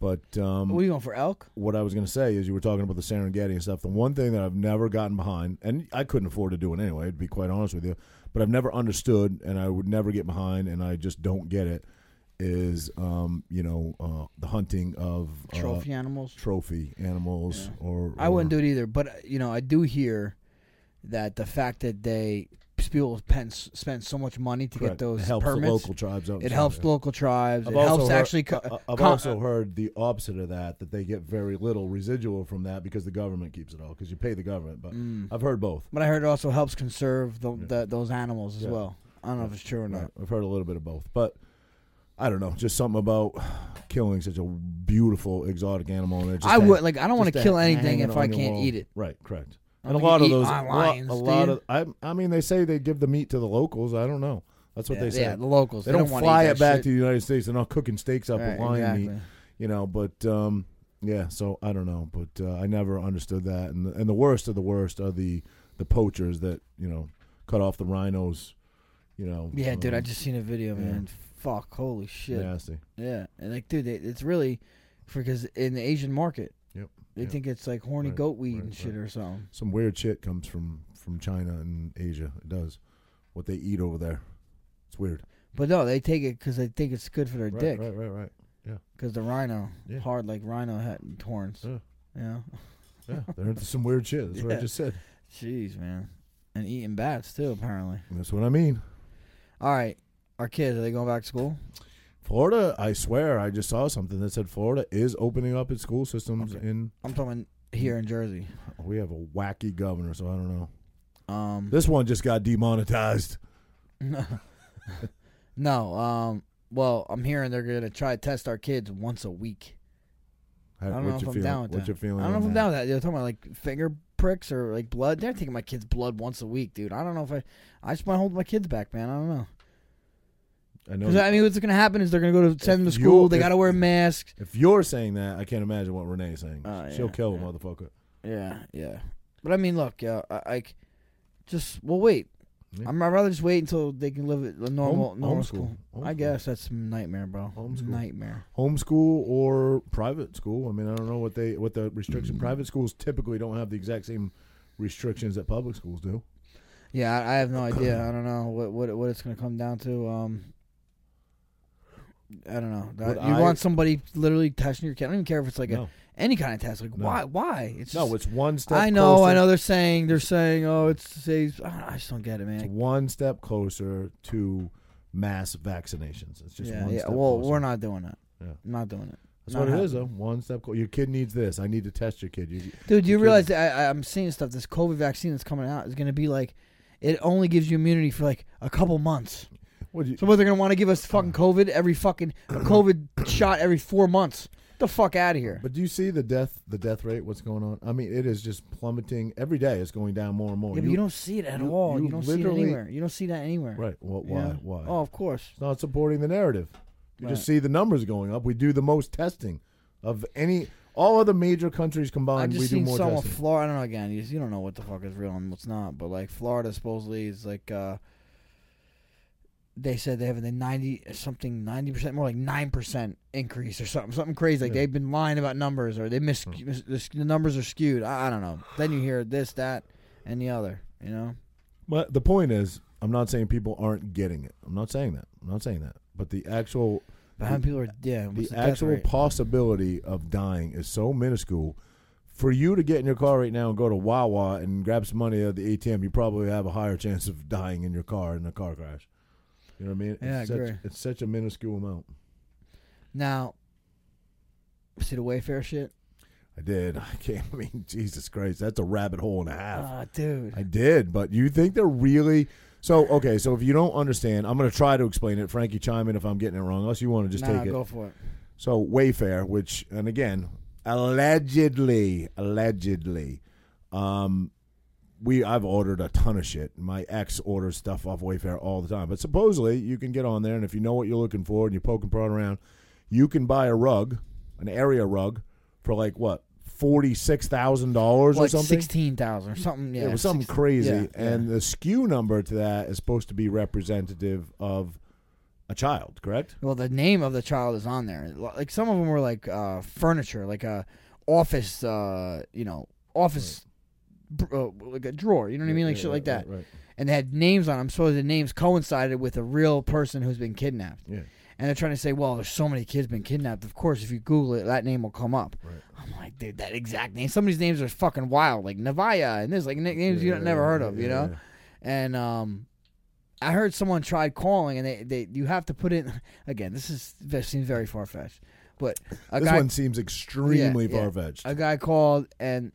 Speaker 1: But um,
Speaker 2: What are you going for elk?
Speaker 1: what I was going to say is you were talking about the Serengeti and stuff. The one thing that I've never gotten behind, and I couldn't afford to do it anyway, to be quite honest with you, but I've never understood, and I would never get behind, and I just don't get it, is um, you know uh, the hunting of uh,
Speaker 2: Trophy animals.
Speaker 1: trophy animals or,
Speaker 2: I wouldn't do it either, but uh, you know, I do hear that the fact that they people pen- spend so much money to get those
Speaker 1: it helps
Speaker 2: permits,
Speaker 1: the local tribes. Out
Speaker 2: it helps local tribes.
Speaker 1: I've
Speaker 2: it
Speaker 1: also
Speaker 2: helps
Speaker 1: heard-
Speaker 2: actually. Co-
Speaker 1: I- I've
Speaker 2: con-
Speaker 1: also heard the opposite of that that they get very little residual from that because the government keeps it all because you pay the government. But
Speaker 2: Mm.
Speaker 1: I've heard both.
Speaker 2: but I heard it also helps conserve the, the, those animals as
Speaker 1: Yeah.
Speaker 2: well. I don't know if it's true or not.
Speaker 1: Right. I've heard a little bit of both, but I don't know. Just something about killing such a beautiful exotic animal. And it just
Speaker 2: I
Speaker 1: hang-
Speaker 2: would like. I don't want to
Speaker 1: just
Speaker 2: kill
Speaker 1: hang-
Speaker 2: anything
Speaker 1: hanging
Speaker 2: if
Speaker 1: on
Speaker 2: I
Speaker 1: your
Speaker 2: can't
Speaker 1: wall.
Speaker 2: eat it.
Speaker 1: Right, correct.
Speaker 2: I
Speaker 1: And
Speaker 2: don't
Speaker 1: a
Speaker 2: think
Speaker 1: lot
Speaker 2: you
Speaker 1: of
Speaker 2: eat
Speaker 1: those,
Speaker 2: lions,
Speaker 1: a lot, a lot
Speaker 2: do you?
Speaker 1: of. I, I mean, they say they give the meat to the locals. I don't know. That's what
Speaker 2: yeah,
Speaker 1: they say.
Speaker 2: yeah, the locals.
Speaker 1: they,
Speaker 2: They,
Speaker 1: don't,
Speaker 2: wanna
Speaker 1: fly
Speaker 2: eat
Speaker 1: it
Speaker 2: that
Speaker 1: back
Speaker 2: shit.
Speaker 1: to the United States. They're not cooking steaks up
Speaker 2: Right,
Speaker 1: with lion meat
Speaker 2: exactly.
Speaker 1: you know but um yeah so i don't know but uh, i never understood that and the, and the worst of the worst are the the poachers that you know cut off the rhinos you know
Speaker 2: Yeah, dude, I
Speaker 1: um,
Speaker 2: just seen a video,
Speaker 1: yeah.
Speaker 2: man. Fuck, holy shit. Yeah,
Speaker 1: nasty
Speaker 2: and like, dude, it, it's really because in the Asian market,
Speaker 3: Yep,
Speaker 2: they
Speaker 3: yep.
Speaker 2: think it's like horny
Speaker 3: Right,
Speaker 2: goat weed
Speaker 3: right,
Speaker 2: and shit
Speaker 3: right.
Speaker 2: or something.
Speaker 1: some weird shit comes from from china and asia it does what they eat over there it's weird
Speaker 2: But no, they take it because they think it's good for their
Speaker 3: Right,
Speaker 2: dick.
Speaker 3: right, right, right.
Speaker 2: Because the rhino,
Speaker 3: Yeah.
Speaker 2: hard like rhino hat horns.
Speaker 3: Yeah.
Speaker 2: Yeah.
Speaker 3: Yeah.
Speaker 1: they're into some weird shit that's what i
Speaker 2: Yeah.
Speaker 1: just said
Speaker 2: Jeez, man. And eating bats too, apparently.
Speaker 1: And that's what i mean
Speaker 2: All right, our kids are they going back to school?
Speaker 1: florida i swear i just saw something that said florida is opening up its school systems
Speaker 2: Okay.
Speaker 1: in
Speaker 2: I'm talking here in Jersey.
Speaker 1: we have a wacky governor so i don't know
Speaker 2: Um,
Speaker 1: this one just got demonetized
Speaker 2: no. Um, well, I'm hearing they're gonna try to test our kids once a week.
Speaker 1: How,
Speaker 2: I don't know if I'm
Speaker 1: feeling?
Speaker 2: down with
Speaker 1: What's
Speaker 2: that.
Speaker 1: your feeling?
Speaker 2: I don't know
Speaker 1: on
Speaker 2: if
Speaker 3: Oh,
Speaker 2: I'm
Speaker 1: that?
Speaker 2: down with that. They're talking about like finger pricks or like blood. They're taking my kids' blood once a week, dude. I don't know if I, I just want to hold my kids back, man. I don't know.
Speaker 1: I know.
Speaker 2: Because I mean, what's gonna happen is they're gonna go to send them to
Speaker 1: If
Speaker 2: school.
Speaker 1: you-
Speaker 2: They
Speaker 1: if-
Speaker 2: gotta wear masks.
Speaker 1: if you're saying that, I can't imagine what Renee's saying.
Speaker 2: Oh,
Speaker 1: She'll
Speaker 2: yeah,
Speaker 1: kill a
Speaker 2: yeah.
Speaker 1: motherfucker.
Speaker 2: Yeah, yeah. But I mean, look, yeah, I, I c- just well wait.
Speaker 1: Yeah.
Speaker 2: I'm I'd rather just wait until they can live at a normal
Speaker 1: Home-
Speaker 2: normal
Speaker 1: homeschool.
Speaker 2: school. I
Speaker 1: Homeschool.
Speaker 2: guess that's a nightmare, bro.
Speaker 1: Homeschool.
Speaker 2: Nightmare.
Speaker 1: Homeschool or private school. I mean, I don't know what they what the restriction. Private schools typically don't have the exact same restrictions that public schools do.
Speaker 2: Yeah, I, I have no idea. I don't know what what what it's gonna come down to. Um, I don't know. That-
Speaker 1: Would
Speaker 2: you
Speaker 1: I-
Speaker 2: want somebody literally testing your kid? I don't even care if it's like a,
Speaker 1: No.
Speaker 2: any kind of test. Like
Speaker 1: No.
Speaker 2: why? Why? It's
Speaker 1: No,
Speaker 2: just-
Speaker 1: it's one step.
Speaker 2: I know.
Speaker 1: closer-
Speaker 2: I know. They're saying they're saying oh it's safe. I, don't know, I just don't get it,
Speaker 1: It's
Speaker 2: man.
Speaker 1: one step closer to mass vaccinations. It's just
Speaker 2: yeah,
Speaker 1: one
Speaker 2: yeah.
Speaker 1: step.
Speaker 2: Well,
Speaker 1: closer.
Speaker 2: we're not doing that.
Speaker 1: Yeah.
Speaker 2: I'm not doing it.
Speaker 1: That's
Speaker 2: not
Speaker 1: what it
Speaker 2: happening.
Speaker 1: is, though. One step. Clo- your kid needs this. I need to test your kid. You,
Speaker 2: Dude, do you
Speaker 1: Because-
Speaker 2: realize that I, I- I'm seeing stuff. This COVID vaccine that's coming out is going to be like, it only gives you immunity for like a couple months.
Speaker 1: what do you, Oh.
Speaker 2: So what they're going to want to give us fucking COVID every fucking a COVID shot every four months. the fuck out of here.
Speaker 1: But do you see the death the death rate? What's going on? I mean, it is just plummeting every day. It's going down more and more.
Speaker 2: Yeah, but you, don't see it at
Speaker 1: you-
Speaker 2: all. You,
Speaker 1: you
Speaker 2: don't see it
Speaker 1: literally-
Speaker 2: anywhere. You don't see that anywhere.
Speaker 1: right? Well,
Speaker 2: You
Speaker 1: why?
Speaker 2: know?
Speaker 1: Why?
Speaker 2: Oh, of course.
Speaker 1: It's not supporting the narrative. You
Speaker 2: Right.
Speaker 1: just see the numbers going up. We do the most testing of any all other major countries
Speaker 2: I
Speaker 1: combined.
Speaker 2: just
Speaker 1: We do
Speaker 2: seen
Speaker 1: more
Speaker 2: some of
Speaker 1: testing.
Speaker 2: Florida. I don't know again. You, you don't know what the fuck is real and what's not. But like Florida supposedly is like. uh they said they have a ninety something ninety percent more like nine percent increase or something something crazy like
Speaker 1: Yeah.
Speaker 2: they've been lying about numbers or they mis- mis- the, the numbers are skewed I, I don't know then you hear this that and the other you know
Speaker 1: But the point is, I'm not saying people aren't getting it. I'm not saying that. I'm not saying that. But the actual
Speaker 2: but how many people are yeah
Speaker 1: the,
Speaker 2: what's the death
Speaker 1: actual
Speaker 2: rate?
Speaker 1: possibility of dying is so minuscule. For you to get in your car right now and go to Wawa and grab some money at the ATM, you probably have a higher chance of dying in your car in a car crash. You know what I mean?
Speaker 2: Yeah, I
Speaker 1: it's such,
Speaker 2: agree.
Speaker 1: It's such a minuscule amount.
Speaker 2: now see the Wayfair shit
Speaker 1: I did. I can't. I mean, Jesus Christ, that's a rabbit hole and a half.
Speaker 2: ah dude
Speaker 1: I did, but you think they're really so? Okay, so if you don't understand, I'm going to try to explain it. Frankie, chime in if I'm getting it wrong. Unless you want to just
Speaker 2: nah,
Speaker 1: take it.
Speaker 2: go for it
Speaker 1: So Wayfair, which and again, allegedly, allegedly, um, we I've ordered a ton of shit. My ex orders stuff off Wayfair all the time, but supposedly you can get on there and if you know what you're looking for and you poke and prod around, you can buy a rug, an area rug, for like what forty six thousand dollars or
Speaker 2: like
Speaker 1: something.
Speaker 2: sixteen thousand or something yeah
Speaker 1: it was something
Speaker 2: 16
Speaker 1: crazy,
Speaker 2: yeah,
Speaker 1: and the SKU number to that is supposed to be representative of a child, correct?
Speaker 2: Well, the name of the child is on there. Like some of them were like uh, furniture, like a office, uh, you know, office, br- uh, like a drawer. You know what I mean, like shit like that.
Speaker 1: Right,
Speaker 2: And they had names on them, so the names coincided with a real person who's been kidnapped.
Speaker 1: Yeah.
Speaker 2: And they're trying to say, well, there's so many kids been kidnapped. Of course, if you Google it, that name will come up.
Speaker 1: Right.
Speaker 2: I'm like, dude, that exact name. Some of these names are fucking wild, like Navaya, and there's like nicknames you
Speaker 1: Yeah,
Speaker 2: don't never heard of,
Speaker 1: yeah,
Speaker 2: you
Speaker 1: yeah,
Speaker 2: know
Speaker 1: yeah.
Speaker 2: and um, I heard someone tried calling, and they, they you have to put in again. This is this seems very far fetched, but a
Speaker 1: This
Speaker 2: guy
Speaker 1: one seems extremely
Speaker 2: Yeah, yeah.
Speaker 1: far fetched.
Speaker 2: a guy called and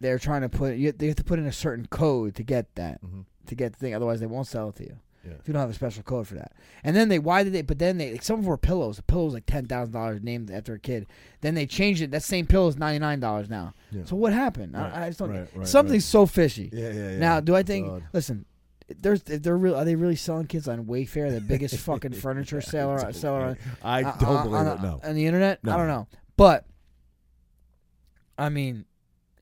Speaker 2: they're trying to put you they have to put in a certain code to get that
Speaker 1: Mhm.
Speaker 2: to get the thing. Otherwise, they won't sell it to you.
Speaker 1: Yeah.
Speaker 2: If you don't have a special code for that, and then they why did they? But then they like some of them were pillows. The pillows like ten thousand dollars named after a kid. Then they changed it. That same pillow is ninety nine dollars now.
Speaker 1: Yeah.
Speaker 2: So what happened? I, I just don't.
Speaker 1: right, right,
Speaker 2: something's so fishy.
Speaker 1: Yeah, yeah, yeah.
Speaker 2: Now, do I think?
Speaker 1: God.
Speaker 2: Listen, there's if they're real. Are they really selling kids on Wayfair, the biggest fucking furniture seller seller uh, on,
Speaker 1: I don't
Speaker 2: on-
Speaker 1: believe
Speaker 2: on,
Speaker 1: it. No,
Speaker 2: on the internet?
Speaker 1: No.
Speaker 2: I don't know, but I mean,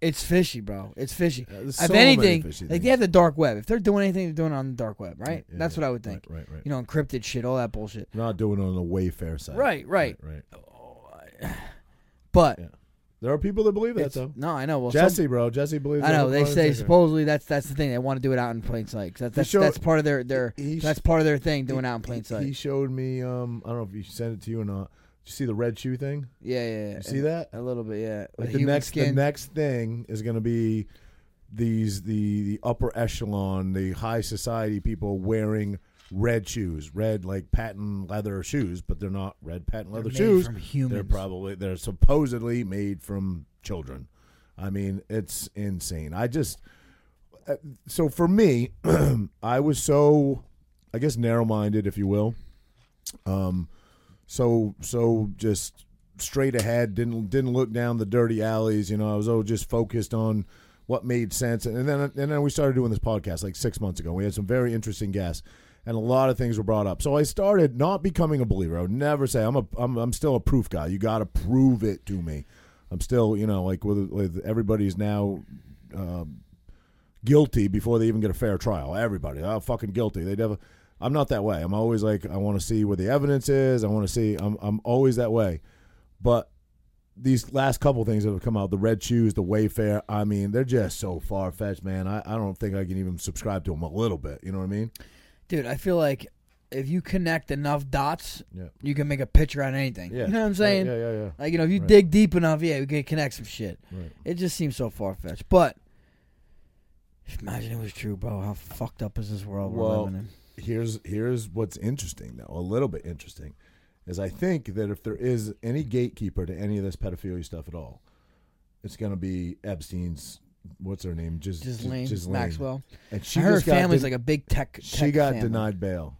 Speaker 2: it's fishy, bro. It's fishy.
Speaker 1: Yeah, there's
Speaker 2: if
Speaker 1: Uh, so many
Speaker 2: anything,
Speaker 1: fishy
Speaker 2: like
Speaker 1: things.
Speaker 2: they have the dark web. If they're doing anything, they're doing it on the dark web, right?
Speaker 1: Yeah,
Speaker 2: That's
Speaker 1: yeah,
Speaker 2: what I would think.
Speaker 1: Right, right. right.
Speaker 2: You know, encrypted shit, all that bullshit.
Speaker 1: not doing it on the Wayfair side.
Speaker 2: Right, right.
Speaker 1: right. right.
Speaker 2: But
Speaker 1: Yeah, There are people that believe that
Speaker 2: it's,
Speaker 1: though.
Speaker 2: no, I know. Well, some-
Speaker 1: Jesse, bro, Jesse believes.
Speaker 2: I
Speaker 1: that
Speaker 2: know
Speaker 1: with
Speaker 2: they
Speaker 1: Brian
Speaker 2: say
Speaker 1: Singer.
Speaker 2: supposedly that's that's the thing they want to do it out in plain sight. 'cause That, that's
Speaker 1: showed-
Speaker 2: that's part of their their
Speaker 1: he sh-
Speaker 2: that's part of their thing doing it out in
Speaker 1: He-
Speaker 2: plain sight.
Speaker 1: He showed me. Um, I don't know if you sent it to you or not. Did you see the red shoe thing?
Speaker 2: Yeah, yeah. yeah.
Speaker 1: You see that?
Speaker 2: A little bit, yeah.
Speaker 1: Like
Speaker 2: A
Speaker 1: the
Speaker 2: human
Speaker 1: next, the
Speaker 2: skin.
Speaker 1: next thing is going to be these the the upper echelon, the high society people wearing red shoes, red like patent leather shoes, but they're not red patent leather
Speaker 2: made
Speaker 1: shoes.
Speaker 2: from humans.
Speaker 1: They're probably they're supposedly made from children. I mean, it's insane. I just uh, so for me, I was so I guess narrow minded, if you will. Um, so so just straight ahead didn't didn't look down the dirty alleys you know i was all just focused on what made sense and then and then we started doing this podcast like six months ago we had some very interesting guests and a lot of things were brought up so i started not becoming a believer i would never say i'm a i'm, I'm still a proof guy you gotta prove it to me i'm still you know like with, with everybody's now um, guilty before they even get a fair trial. Everybody, oh, fucking guilty. They never. I'm not that way. I'm always like, I want to see where the evidence is. I want to see. I'm I'm always that way. But these last couple things that have come out, the red shoes, the Wayfair. I mean, they're just so far fetched, man. I, I don't think I can even subscribe to them a little bit. You know what I mean?
Speaker 2: Dude, I feel like if you connect enough dots,
Speaker 1: Yeah.
Speaker 2: you can make a picture on anything. You know what I'm saying?
Speaker 1: Yeah, yeah, yeah.
Speaker 2: Like, you know, if you
Speaker 1: Right.
Speaker 2: dig deep enough, yeah, we can connect some shit.
Speaker 1: Right.
Speaker 2: It just seems so far fetched. But imagine it was true, bro. How fucked up is this world
Speaker 1: Well,
Speaker 2: we're living in?
Speaker 1: here's here's what's interesting though, a little bit interesting, is I think that if there is any gatekeeper to any of this pedophilia stuff at all, it's gonna be Epstein's what's her name? Just
Speaker 2: Ghislaine, Maxwell.
Speaker 1: And she
Speaker 2: I heard her
Speaker 1: just got
Speaker 2: family's
Speaker 1: den-
Speaker 2: like a big tech. tech
Speaker 1: she got
Speaker 2: family.
Speaker 1: denied bail.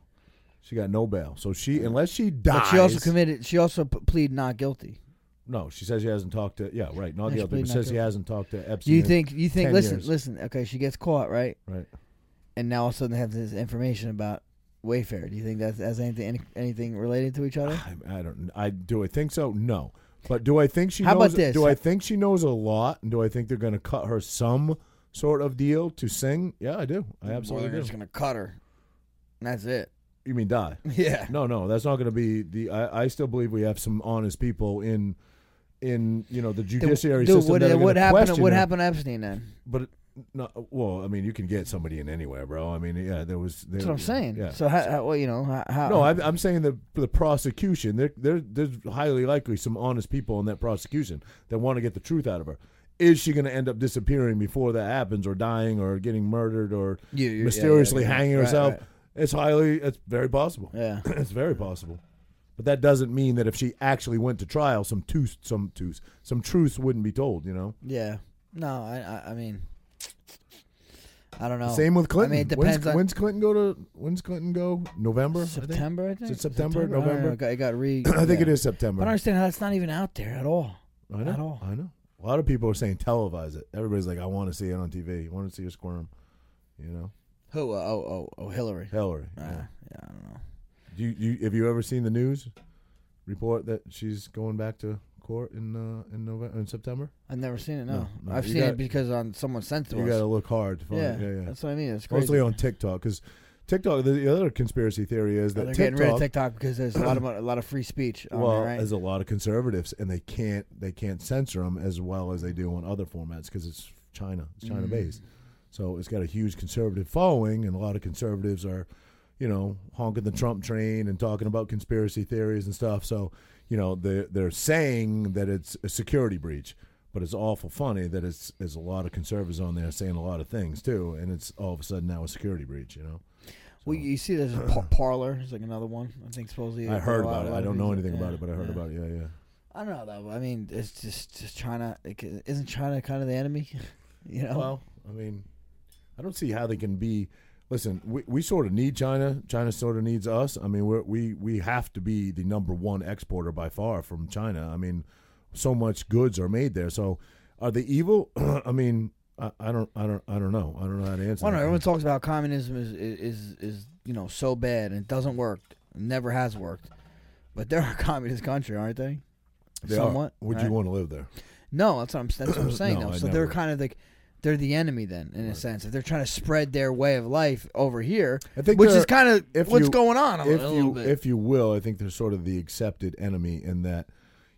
Speaker 1: She got no bail. So she unless she dies
Speaker 2: But she also committed. She also p- pleaded not guilty.
Speaker 1: No, she says he hasn't talked to. Yeah, right. Not the
Speaker 2: Actually,
Speaker 1: other. But
Speaker 2: not
Speaker 1: says he
Speaker 2: good.
Speaker 1: hasn't talked to Epstein.
Speaker 2: You
Speaker 1: in-
Speaker 2: think you think
Speaker 1: 10
Speaker 2: listen,
Speaker 1: years.
Speaker 2: listen, okay, she gets caught, right?
Speaker 1: Right.
Speaker 2: And now all of a sudden they have this information about Wayfair. Do you think that's has anything any, anything related to each other?
Speaker 1: I, I don't. I do. I think so. No. But do I think she?
Speaker 2: How about
Speaker 1: knows,
Speaker 2: this?
Speaker 1: Do I think she knows a lot? And do I think they're going to cut her some sort of deal to sing? Yeah, I do. I absolutely
Speaker 2: Or they're
Speaker 1: do.
Speaker 2: just gonna cut her. And that's it.
Speaker 1: You mean die?
Speaker 2: Yeah.
Speaker 1: No, no, that's not going to be the. I, I still believe we have some honest people in, in you know the judiciary
Speaker 2: Dude,
Speaker 1: system.
Speaker 2: what,
Speaker 1: that are
Speaker 2: what
Speaker 1: gonna
Speaker 2: happened?
Speaker 1: question
Speaker 2: What
Speaker 1: her.
Speaker 2: happened to Epstein then?
Speaker 1: But no, well, I mean, you can get somebody in anywhere, bro. I mean, yeah, there was. There,
Speaker 2: That's what I'm saying.
Speaker 1: Yeah.
Speaker 2: So uh, how, how well, you know how? how
Speaker 1: no, I'm, I'm saying that for the prosecution, there, there, there's highly likely some honest people in that prosecution that want to get the truth out of her. Is she going to end up disappearing before that happens, or dying, or getting murdered, or
Speaker 2: You- you- yeah,
Speaker 1: mysteriously
Speaker 2: yeah, yeah.
Speaker 1: hanging
Speaker 2: Right,
Speaker 1: herself?
Speaker 2: right.
Speaker 1: It's highly, it's very possible.
Speaker 2: Yeah.
Speaker 1: it's very possible. But that doesn't mean that if she actually went to trial, some truth, some truth, some truths wouldn't be told. You know,
Speaker 2: Yeah. No, I I, I mean, I don't know.
Speaker 1: same with Clinton.
Speaker 2: Oh, I mean, it
Speaker 1: when's,
Speaker 2: depends on
Speaker 1: when's Clinton go to? When's Clinton go? November, I think?
Speaker 2: September. I think
Speaker 1: it September,
Speaker 2: I don't know,
Speaker 1: November?
Speaker 2: It got, it got re.
Speaker 1: I think
Speaker 2: yeah.
Speaker 1: it is
Speaker 2: I
Speaker 1: September.
Speaker 2: don't understand how that's not even out there at all.
Speaker 1: I know.
Speaker 2: at all.
Speaker 1: I know. A lot of people are saying televise it. Everybody's like, I want to see it on TV. You want to see her squirm. You know, uh,
Speaker 2: Who? Oh, oh, oh, oh Hillary.
Speaker 1: Hillary.
Speaker 2: Uh,
Speaker 1: yeah.
Speaker 2: yeah, I don't know.
Speaker 1: Do you, you have you ever seen the news report that she's going back to court in uh, in November in September?
Speaker 2: I've never seen it. No,
Speaker 1: No, no,
Speaker 2: I've
Speaker 1: you
Speaker 2: seen
Speaker 1: got-
Speaker 2: it because on someone sent it to
Speaker 1: You got
Speaker 2: us.
Speaker 1: to look hard. To find
Speaker 2: yeah,
Speaker 1: it. yeah, yeah.
Speaker 2: that's what I mean. It's crazy.
Speaker 1: Mostly on TikTok because TikTok. The, the other conspiracy theory is
Speaker 2: They're
Speaker 1: that
Speaker 2: getting rid of
Speaker 1: TikTok.
Speaker 2: TikTok because there's a lot of a lot of free speech. On
Speaker 1: Well,
Speaker 2: there, right?
Speaker 1: there's a lot of conservatives, and they can't they can't censor them as well as they do on other formats because it's China, it's China
Speaker 2: Mm.
Speaker 1: based. So it's got a huge conservative following, and a lot of conservatives are, you know, honking the Trump train and talking about conspiracy theories and stuff. So, you know, they they're saying that it's a security breach, but it's awful funny that it's there's a lot of conservatives on there saying a lot of things too, and it's all of a sudden now a security breach. You know,
Speaker 2: well, you see, there's a par- parlor. It's like another one. I think supposedly.
Speaker 1: I
Speaker 2: a
Speaker 1: heard
Speaker 2: lot-
Speaker 1: about
Speaker 2: a
Speaker 1: it.
Speaker 2: lot
Speaker 1: I
Speaker 2: of
Speaker 1: don't know
Speaker 2: people-
Speaker 1: anything about
Speaker 2: yeah,
Speaker 1: it, but I heard
Speaker 2: yeah.
Speaker 1: about it. Yeah, yeah.
Speaker 2: I don't know though. I mean, it's just just China. Like, isn't China kind of the enemy? you know.
Speaker 1: Well, I mean, I don't see how they can be. Listen, we, we sort of need China. China sort of needs us. I mean, we're, we we have to be the number one exporter by far from China. I mean, so much goods are made there. So, are they evil? I mean, I, I don't, I don't, I don't know. I don't know how to answer.
Speaker 2: Well, no,
Speaker 1: that.
Speaker 2: everyone talks about communism is, is is you know so bad and it doesn't work, never has worked. But they're a communist country, aren't they?
Speaker 1: They are.
Speaker 2: Somewhat.
Speaker 1: Would
Speaker 2: right?
Speaker 1: you want to live there?
Speaker 2: No, that's what I'm that's what I'm saying
Speaker 1: No,
Speaker 2: though.
Speaker 1: I
Speaker 2: So they're
Speaker 1: never-
Speaker 2: kind of like they're the enemy then in a sense if they're trying to spread their way of life over here,
Speaker 1: I think
Speaker 2: which
Speaker 1: they're-
Speaker 2: is kind
Speaker 1: if
Speaker 2: of what's
Speaker 1: you-
Speaker 2: going on a,
Speaker 1: if
Speaker 2: li- a
Speaker 1: you
Speaker 2: little bit.
Speaker 1: if you will, I think they're sort of the accepted enemy in that,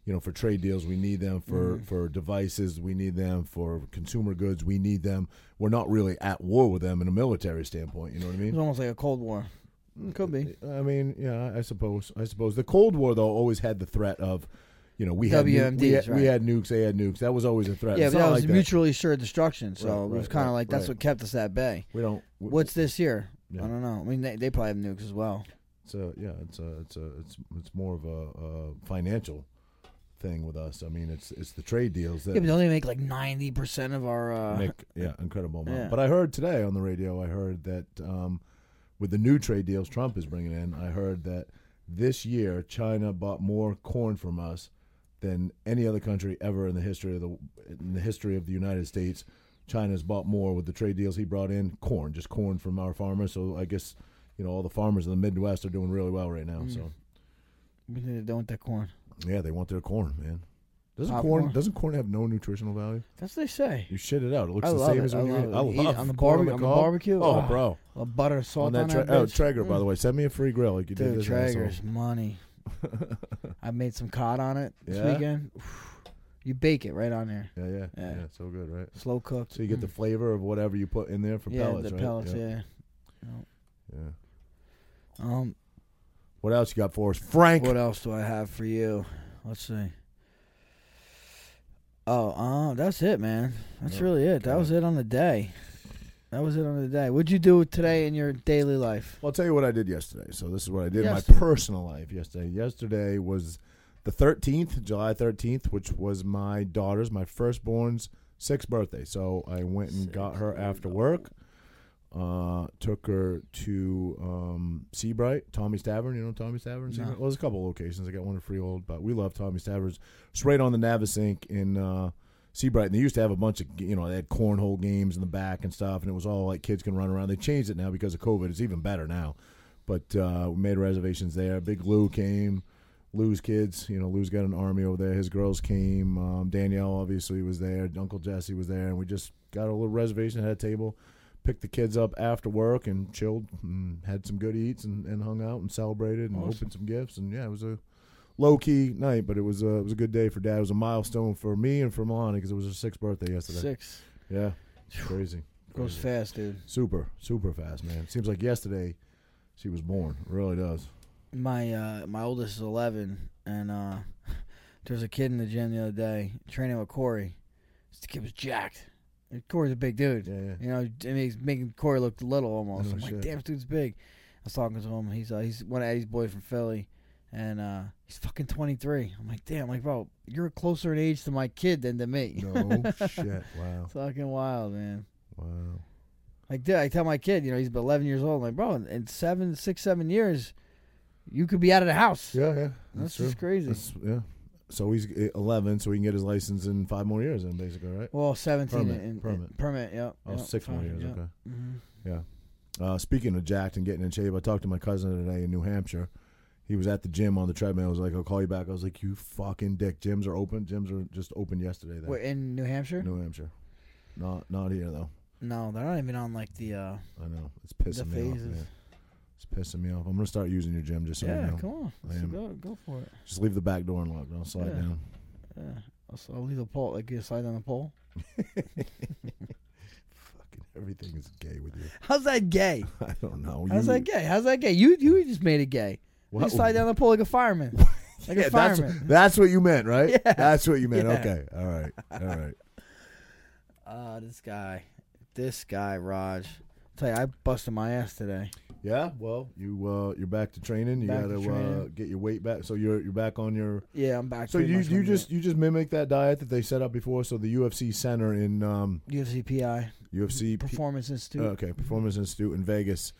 Speaker 1: you know, for trade deals we need them for
Speaker 2: Mm-hmm.
Speaker 1: for devices we need them for consumer goods we need them. We're not really at war with them in a military standpoint. You know what I
Speaker 2: it's
Speaker 1: mean?
Speaker 2: almost like a cold war. It Mm, could be.
Speaker 1: I mean, yeah, I suppose. I suppose the Cold War though always had the threat of, you know, we had nu- we
Speaker 2: WMDs,
Speaker 1: had, we
Speaker 2: right.
Speaker 1: had nukes, they had nukes. That was always a threat.
Speaker 2: Yeah,
Speaker 1: It's
Speaker 2: but
Speaker 1: not
Speaker 2: that was
Speaker 1: like
Speaker 2: mutually assured destruction. So
Speaker 1: Right,
Speaker 2: it was
Speaker 1: right,
Speaker 2: kind
Speaker 1: right,
Speaker 2: of like that's
Speaker 1: right.
Speaker 2: what kept us at bay.
Speaker 1: We don't. we-
Speaker 2: What's this year?
Speaker 1: Yeah.
Speaker 2: I don't know. I mean, they, they probably have nukes as well.
Speaker 1: It's a yeah. It's a it's a it's it's more of a, a financial thing with us. I mean, it's it's the trade deals that
Speaker 2: Yeah, but don't they make like ninety percent of our? Uh,
Speaker 1: make yeah incredible amount.
Speaker 2: yeah.
Speaker 1: But I heard today on the radio, I heard that um, with the new trade deals Trump is bringing in, I heard that this year China bought more corn from us than any other country ever in the history of the in the history of the United States. China's bought more with the trade deals he brought in corn, just corn from our farmers. So I guess you know all the farmers in the Midwest are doing really well right now.
Speaker 2: Mm.
Speaker 1: So
Speaker 2: what do they do with that corn?
Speaker 1: yeah, they want their corn, man. Doesn't
Speaker 2: Pop
Speaker 1: corn
Speaker 2: corn.
Speaker 1: doesn't corn have no nutritional value?
Speaker 2: That's what they say.
Speaker 1: You shit it out. It looks
Speaker 2: I
Speaker 1: the
Speaker 2: love
Speaker 1: same
Speaker 2: it.
Speaker 1: as
Speaker 2: I
Speaker 1: when you eat
Speaker 2: love
Speaker 1: it.
Speaker 2: it.
Speaker 1: I
Speaker 2: Eat it
Speaker 1: love
Speaker 2: on the
Speaker 1: corn on
Speaker 2: barbe- on the
Speaker 1: cob.
Speaker 2: barbecue.
Speaker 1: Oh,
Speaker 2: Ah.
Speaker 1: bro.
Speaker 2: A little butter salt
Speaker 1: on
Speaker 2: on,
Speaker 1: that,
Speaker 2: that
Speaker 1: tra- oh,
Speaker 2: bitch.
Speaker 1: Traeger, by
Speaker 2: Mm.
Speaker 1: the way. Send me a free grill. You can do
Speaker 2: Dude,
Speaker 1: this
Speaker 2: Traeger's
Speaker 1: asshole.
Speaker 2: money. I made some cod on it this
Speaker 1: Yeah?
Speaker 2: weekend. You bake it right on there,
Speaker 1: Yeah, yeah, yeah,
Speaker 2: Yeah.
Speaker 1: So good, right?
Speaker 2: slow cooked. Mm.
Speaker 1: So you get the flavor of whatever you put in there for
Speaker 2: yeah,
Speaker 1: pellets,
Speaker 2: the
Speaker 1: right?
Speaker 2: pellets.
Speaker 1: yeah.
Speaker 2: Yeah.
Speaker 1: yeah.
Speaker 2: Um,
Speaker 1: What else you got for us, Frank?
Speaker 2: what else do I have for you? Let's see. Oh, uh, that's it, man. That's
Speaker 1: Yeah.
Speaker 2: really it. That was it on the day. That was it on the day. What'd you do today in your daily life?
Speaker 1: Well, I'll tell you what I did yesterday. So this is what I did in
Speaker 2: Yesterday.
Speaker 1: my personal life yesterday. Yesterday was the 13th, July 13th, which was my daughter's, my firstborn's sixth birthday. So I went and got her after work. Uh, took her to um, Seabright, Tommy's Tavern. You know Tommy's Tavern? Seabright? Well, there's a couple locations. I got one in Freehold, but we love Tommy's Taverns. It's right on the Navasink in uh, Seabright. And they used to have a bunch of, you know, they had cornhole games in the back and stuff. And it was all like kids can run around. They changed it now because of COVID. It's even better now. But uh, we made reservations there. Big Lou came. Lou's kids, you know, Lou's got an army over there. His girls came. Um, Danielle obviously was there. Uncle Jesse was there, and we just got a little reservation, had a table, picked the kids up after work, and chilled, and had some good eats, and, and hung out, and celebrated, and
Speaker 2: Awesome.
Speaker 1: opened some gifts, and yeah, it was a low key night, but it was a, it was a good day for Dad. It was a milestone for me and for Melania because it was her sixth birthday yesterday.
Speaker 2: Six
Speaker 1: Yeah, crazy,
Speaker 2: goes
Speaker 1: Crazy.
Speaker 2: fast, dude.
Speaker 1: super, super fast, man. Seems like yesterday she was born. It really does.
Speaker 2: my uh my oldest is 11 and uh there's a kid in the gym the other day training with corey this kid was jacked And corey's a big dude
Speaker 1: Yeah, yeah.
Speaker 2: you know I mean, he's making corey look little almost
Speaker 1: Oh,
Speaker 2: i'm
Speaker 1: shit.
Speaker 2: like damn this dude's big i was talking to him he's uh, he's one of eddie's boys from philly and uh he's fucking 23 i'm like damn like bro you're closer in age to my kid than to me
Speaker 1: No shit. Wow.
Speaker 2: fucking wild man
Speaker 1: Wow.
Speaker 2: like, dude, I tell my kid, you know, he's 11 years old. I'm like, bro, in- in seven, six, seven years, you could be out of the house.
Speaker 1: Yeah, yeah.
Speaker 2: That's just crazy.
Speaker 1: That's- yeah. So he's uh, 11, so he can get his license in five more years, then basically, right?
Speaker 2: Well, seventeen
Speaker 1: Permit,
Speaker 2: and- and-
Speaker 1: permit.
Speaker 2: permit, yep.
Speaker 1: Oh,
Speaker 2: yep,
Speaker 1: six more
Speaker 2: fine,
Speaker 1: years.
Speaker 2: yep.
Speaker 1: Okay.
Speaker 2: Mhm.
Speaker 1: Uh, speaking of jacked and getting in shape, I talked to my cousin today in New Hampshire. He was at the gym on the treadmill. I was like, "I'll call you back." I was like, "You fucking dick! Gyms are open. Gyms are just open yesterday. There,
Speaker 2: Wait, in New Hampshire?
Speaker 1: New Hampshire. Not not here though.
Speaker 2: No, they're not even on like the uh
Speaker 1: I know it's
Speaker 2: the
Speaker 1: pissing me off.
Speaker 2: phases.
Speaker 1: man. It's pissing me off. I'm gonna start using your gym just so
Speaker 2: yeah,
Speaker 1: you know.
Speaker 2: come on,
Speaker 1: I
Speaker 2: Let's
Speaker 1: am-
Speaker 2: go, go for it.
Speaker 1: Just leave the back door unlocked. and I'll slide
Speaker 2: Yeah.
Speaker 1: down.
Speaker 2: Yeah. Also, I'll leave the pole, like you slide down the pole.
Speaker 1: Fucking everything is gay with you.
Speaker 2: How's that gay?
Speaker 1: I don't know.
Speaker 2: How's
Speaker 1: You-
Speaker 2: that gay? How's that gay? You you just made it gay.
Speaker 1: What-
Speaker 2: You slide down the pole like a fireman, like
Speaker 1: Yeah,
Speaker 2: a
Speaker 1: that's,
Speaker 2: fireman.
Speaker 1: that's what you meant, right?
Speaker 2: Yeah.
Speaker 1: That's what you meant.
Speaker 2: Yeah.
Speaker 1: Okay. All right. All right.
Speaker 2: Ah, this guy, this guy, Raj. tell you, I busted my ass today.
Speaker 1: Yeah. Well, you uh, you're back to training. You
Speaker 2: Back
Speaker 1: got
Speaker 2: to
Speaker 1: to uh,
Speaker 2: training.
Speaker 1: get your weight back. So you're you're back on your.
Speaker 2: Yeah, I'm back.
Speaker 1: So
Speaker 2: pretty
Speaker 1: you
Speaker 2: much
Speaker 1: you
Speaker 2: on
Speaker 1: just you just mimic that diet that they set up before. So the UFC Center in um,
Speaker 2: the UFC PI
Speaker 1: UFC P-
Speaker 2: Performance Institute.
Speaker 1: okay Performance Institute in Vegas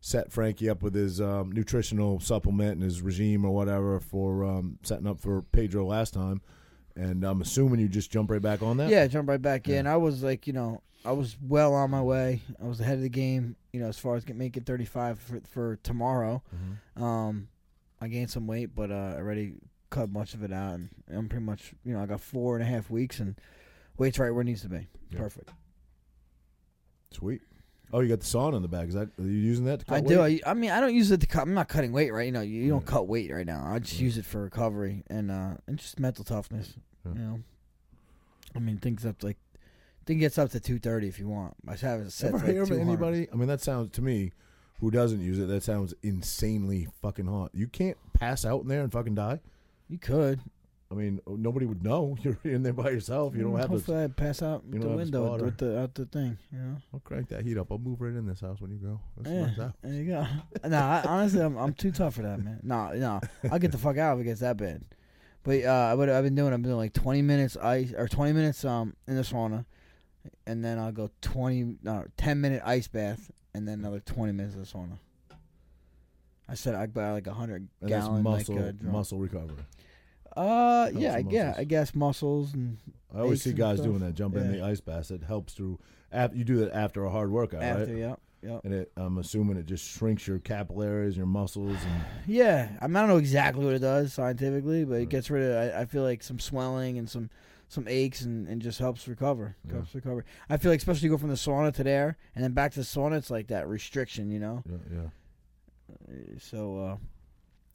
Speaker 1: set Frankie up with his um, nutritional supplement and his regime or whatever for um, setting up for Pedro last time. And I'm assuming you just jump right back on that.
Speaker 2: Yeah, jump right back in.
Speaker 1: Yeah.
Speaker 2: I was like, you know, I was well on my way. I was ahead of the game, you know, as far as get, making 35 for, for tomorrow.
Speaker 1: Mhm.
Speaker 2: Um, I gained some weight, but uh, I already cut much of it out, and I'm pretty much, you know, I got four and a half weeks, and weight's right where it needs to be.
Speaker 1: Yeah.
Speaker 2: Perfect.
Speaker 1: Sweet. Oh, you got the sauna in the back. Is that are you using that? Hmm. To cut
Speaker 2: I
Speaker 1: weight?
Speaker 2: do. I, I mean, I don't use it to cut. I'm not cutting weight, right? You know, you, you don't
Speaker 1: Yeah.
Speaker 2: cut weight right now. I just
Speaker 1: Right.
Speaker 2: use it for recovery and uh, and just mental toughness.
Speaker 1: Yeah.
Speaker 2: You know, I mean, things up to, like. Thing gets up to two thirty if you want. I have it set
Speaker 1: Ever
Speaker 2: to like
Speaker 1: hear of
Speaker 2: 200.
Speaker 1: anybody? I mean, that sounds to me, who doesn't use it? That sounds insanely fucking hot. You can't pass out in there and fucking die.
Speaker 2: You could.
Speaker 1: I mean, oh, nobody would know you're in there by yourself. You don't have to.
Speaker 2: Mm, Hopefully, I'd pass out
Speaker 1: don't
Speaker 2: the
Speaker 1: have a
Speaker 2: window
Speaker 1: spotter.
Speaker 2: with the out the thing. You know.
Speaker 1: I'll crank that heat up. I'll move right in this house when you go. That's
Speaker 2: Yeah,
Speaker 1: nice out.
Speaker 2: there you go. nah, I, honestly, I'm, I'm too tough for that, man. No, no, I'll get the fuck out if it gets that bad. But uh, what I've been doing, I've been doing like 20 minutes ice or 20 minutes um in the sauna, and then I'll go 20 no 10 minute ice bath, and then another 20 minutes of the sauna. I said I buy like a hundred
Speaker 1: And that's
Speaker 2: gallon
Speaker 1: muscle
Speaker 2: like uh, drum.
Speaker 1: muscle recovery.
Speaker 2: Uh,
Speaker 1: Helps
Speaker 2: yeah,
Speaker 1: the
Speaker 2: I guess
Speaker 1: muscles.
Speaker 2: I guess muscles and
Speaker 1: I always
Speaker 2: Aches
Speaker 1: see
Speaker 2: and
Speaker 1: guys
Speaker 2: stuff.
Speaker 1: doing that. Jump in
Speaker 2: Yeah.
Speaker 1: the ice bath. It helps through. af- You do that after a hard workout,
Speaker 2: after,
Speaker 1: right?
Speaker 2: yeah, yeah.
Speaker 1: And it, I'm assuming it just shrinks your capillaries, your muscles, and
Speaker 2: Yeah, I, mean, I don't know exactly what it does scientifically, but it gets rid of. I, I feel like some swelling and some some aches, and, and just helps recover.
Speaker 1: Yeah.
Speaker 2: Helps recover. I feel like especially you go from the sauna to there, and then back to the sauna, it's like that restriction, you know.
Speaker 1: yeah, yeah.
Speaker 2: Uh, So, uh,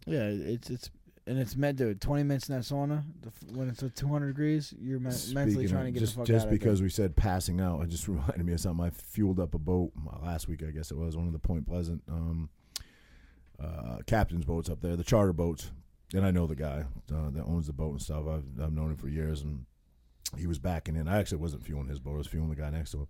Speaker 2: yeah, it's it's and it's meant to twenty minutes in that sauna. The, f- when it's at two hundred degrees, you're me- mentally
Speaker 1: Speaking
Speaker 2: trying
Speaker 1: of-
Speaker 2: to get
Speaker 1: just,
Speaker 2: the fuck
Speaker 1: just
Speaker 2: out of
Speaker 1: because we said passing out, it just reminded me of something. I fueled up a boat uh, last week, I guess it was one of the Point Pleasant um, uh, captain's boats up there, the charter boats. And I know the guy uh, that owns the boat and stuff. I've I've known him for years, and he was backing in. I actually wasn't fueling his boat; I was fueling the guy next to him.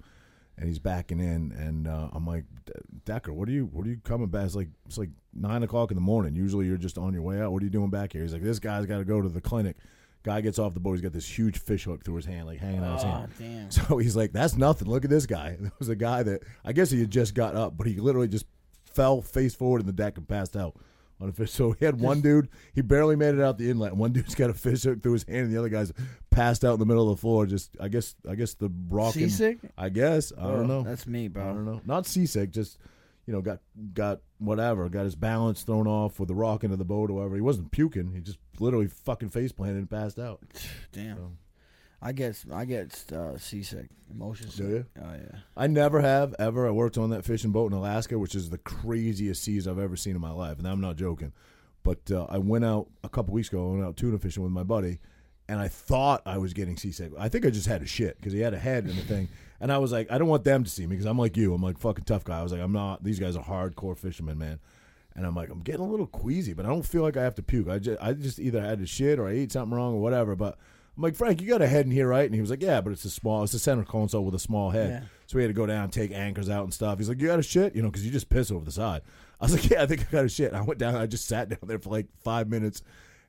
Speaker 1: And he's backing in, and uh, I'm like, "De- Decker, what are you? What are you coming back? It's like it's like nine o'clock in the morning. Usually you're just on your way out. What are you doing back here? He's like, this guy's got to go to the clinic Guy gets off the board. He's got this huge fish hook through his hand, like hanging out his hand.
Speaker 2: Oh damn!
Speaker 1: So he's like, "That's nothing. Look at this guy." And There was a guy that I guess he had just got up, but he literally just fell face forward in the deck and passed out on a fish. So he had one dude, he barely made it out the inlet. and One dude's got a fish hook through his hand, and the other guy's passed out in the middle of the floor. Just I guess I guess the rock. and-
Speaker 2: Seasick? Oh,
Speaker 1: I guess I don't know.
Speaker 2: That's me,
Speaker 1: I don't
Speaker 2: bro.
Speaker 1: know. Not seasick, just you know, got got whatever, got his balance thrown off with the rock into the boat or whatever. He wasn't puking. He just literally fucking face planted and passed out.
Speaker 2: Damn. I get I get uh, seasick, motion sick.
Speaker 1: you?
Speaker 2: Oh yeah.
Speaker 1: I never have ever. I worked on that fishing boat in Alaska, which is the craziest seas I've ever seen in my life, and I'm not joking. But uh, I went out a couple weeks ago. I went out tuna fishing with my buddy, and I thought I was getting seasick. I think I just had a shit because he had a head and a thing. And I was like, I don't want them to see me because I'm like you. I'm like fucking tough guy. I was like, I'm not. These guys are hardcore fishermen, man. And I'm like, I'm getting a little queasy, but I don't feel like I have to puke. I just, I just either had to shit or I ate something wrong or whatever. But I'm like, Frank, you got a head in here, right? And he was like, Yeah, but it's a small, it's a center console with a small head.
Speaker 2: Yeah.
Speaker 1: So we had to go down, take anchors out and stuff. He's like, You got a shit? You know, because you just piss over the side. I was like, Yeah, I think I got a shit. And I went down, I just sat down there for like five minutes.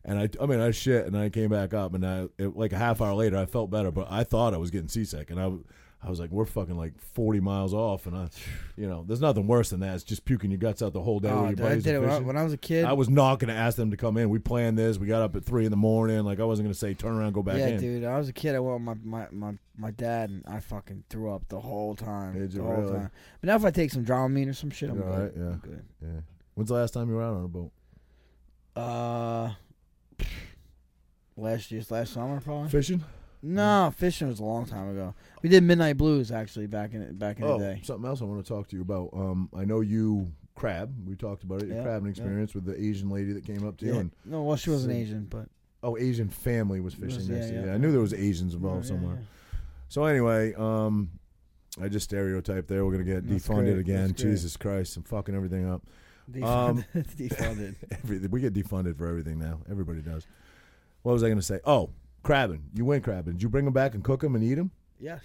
Speaker 1: And I, I mean, I shit, and I came back up, and I, it, like a half hour later, I felt better, but I thought I was getting seasick, and I, w- I was like, we're fucking like forty miles off, and I, you know, there's nothing worse than that. It's just puking your guts out the whole day.
Speaker 2: Oh,
Speaker 1: with your
Speaker 2: dude, I
Speaker 1: buddies
Speaker 2: did it
Speaker 1: and
Speaker 2: when I,
Speaker 1: fishing.
Speaker 2: when I was a kid.
Speaker 1: I was not going to ask them to come in. We planned this. We got up at three in the morning. Like I wasn't going to say turn around, go back
Speaker 2: yeah,
Speaker 1: in.
Speaker 2: dude. I was a kid. I went with my, my, my, my dad, and I fucking threw up the whole time.
Speaker 1: Did you
Speaker 2: the whole
Speaker 1: really?
Speaker 2: time. But now if I take some Dramamine or some shit, I'm
Speaker 1: You're
Speaker 2: good.
Speaker 1: alright, yeah.
Speaker 2: I'm good.
Speaker 1: Yeah. When's the last time you were out on a boat?
Speaker 2: Uh, last year's last summer probably.
Speaker 1: Fishing?
Speaker 2: no, fishing was a long time ago. We did Midnight Blues actually back in back in
Speaker 1: Oh,
Speaker 2: the day.
Speaker 1: something else I want to talk to you about. Um, I know you crab. We talked about it. Your
Speaker 2: Yeah,
Speaker 1: crabbing
Speaker 2: yeah.
Speaker 1: experience with the Asian lady that came up to you.
Speaker 2: Yeah.
Speaker 1: And,
Speaker 2: No, well, she wasn't Asian, but
Speaker 1: oh, Asian family was fishing
Speaker 2: was-
Speaker 1: next
Speaker 2: yeah,
Speaker 1: to you.
Speaker 2: yeah.
Speaker 1: Yeah, I knew there was Asians involved
Speaker 2: Yeah,
Speaker 1: somewhere.
Speaker 2: yeah.
Speaker 1: So anyway, um, I just stereotyped there. We're gonna get
Speaker 2: That's
Speaker 1: defunded
Speaker 2: great.
Speaker 1: again.
Speaker 2: That's great.
Speaker 1: Jesus Christ! I'm fucking everything up. Um,
Speaker 2: Defunded. defunded.
Speaker 1: Every, we get defunded for everything now. Everybody does. What was I going to say? Oh, crabbing. You went crabbing. Did you bring them back and cook them and eat them?
Speaker 2: Yes.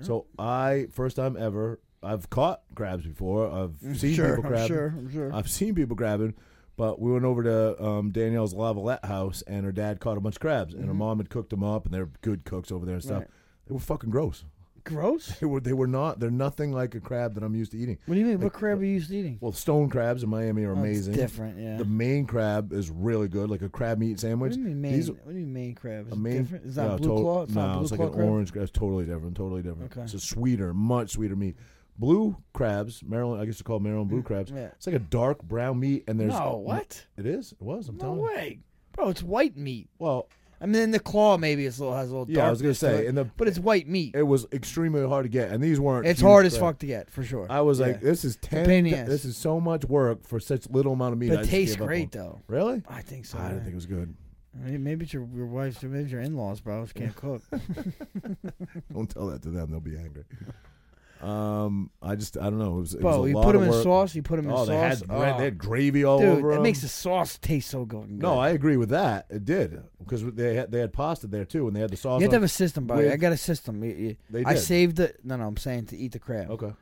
Speaker 1: So I first time ever. I've caught crabs before. I've seen
Speaker 2: Mm, sure,
Speaker 1: people
Speaker 2: I'm
Speaker 1: crabbing.
Speaker 2: sure, I'm sure.
Speaker 1: I've seen people grabbing, but we went over to um, Danielle's Lavalette house, and her dad caught a bunch of crabs, and her mom had cooked them up, and they're good cooks over there and stuff.
Speaker 2: Mm-hmm. Right.
Speaker 1: They were fucking gross.
Speaker 2: Gross.
Speaker 1: They were. They were not. They're nothing like a crab that I'm used to eating.
Speaker 2: What do you mean? What crab are you used to eating?
Speaker 1: Well, stone crabs in Miami are
Speaker 2: Oh, it's
Speaker 1: amazing.
Speaker 2: different, yeah.
Speaker 1: The main crab is really good, like a crab meat
Speaker 2: What
Speaker 1: sandwich.
Speaker 2: do you mean main?
Speaker 1: These-
Speaker 2: what do you mean main crab? Is
Speaker 1: a
Speaker 2: it
Speaker 1: main,
Speaker 2: different? Is that
Speaker 1: no,
Speaker 2: blue
Speaker 1: tot-
Speaker 2: claw? It's
Speaker 1: no,
Speaker 2: not blue
Speaker 1: it's like
Speaker 2: claw
Speaker 1: an
Speaker 2: crab?
Speaker 1: orange crab. It's totally different. Totally different.
Speaker 2: Okay.
Speaker 1: It's a sweeter, much sweeter meat. Blue crabs, Maryland. I guess they're called Maryland blue crabs.
Speaker 2: Mm, yeah.
Speaker 1: It's like a dark brown meat, and there's
Speaker 2: No, what?
Speaker 1: It is. It was. I'm
Speaker 2: No
Speaker 1: telling. you.
Speaker 2: way, bro. It's white meat.
Speaker 1: Well,
Speaker 2: I mean, in the claw maybe it's a little has a little.
Speaker 1: Yeah, I was gonna
Speaker 2: darkness to
Speaker 1: say,
Speaker 2: it,
Speaker 1: and the-
Speaker 2: but it's white meat.
Speaker 1: it was extremely hard to get, and these weren't.
Speaker 2: it's
Speaker 1: huge
Speaker 2: hard as
Speaker 1: crabs.
Speaker 2: fuck to get for sure.
Speaker 1: I was like,
Speaker 2: Yeah.
Speaker 1: this is ten.
Speaker 2: pain in the ass.
Speaker 1: This is so much work for such little amount of meat. I
Speaker 2: but it
Speaker 1: just
Speaker 2: tastes
Speaker 1: gave up on.
Speaker 2: great though.
Speaker 1: Really?
Speaker 2: I think so.
Speaker 1: I
Speaker 2: man.
Speaker 1: didn't think it was good.
Speaker 2: I mean, maybe it's your your wife's, maybe it's your in laws, bro. She can't cook.
Speaker 1: Don't tell that to them; they'll be angry. Um, I just I don't know. It was, it
Speaker 2: bro,
Speaker 1: was a
Speaker 2: you
Speaker 1: lot
Speaker 2: put
Speaker 1: of
Speaker 2: them in
Speaker 1: work.
Speaker 2: sauce. You put them in
Speaker 1: Oh,
Speaker 2: sauce.
Speaker 1: they had bread,
Speaker 2: oh,
Speaker 1: they had gravy all
Speaker 2: dude,
Speaker 1: over.
Speaker 2: it
Speaker 1: 'em.
Speaker 2: makes the sauce taste so good.
Speaker 1: no, I agree with that. It did because they had they had pasta there too, and they had the sauce.
Speaker 2: You have to
Speaker 1: on-
Speaker 2: have a system, bro.
Speaker 1: with-
Speaker 2: I got a system. You- you-
Speaker 1: They
Speaker 2: I
Speaker 1: did.
Speaker 2: saved the no, no. I'm saying to eat the crab.
Speaker 1: okay.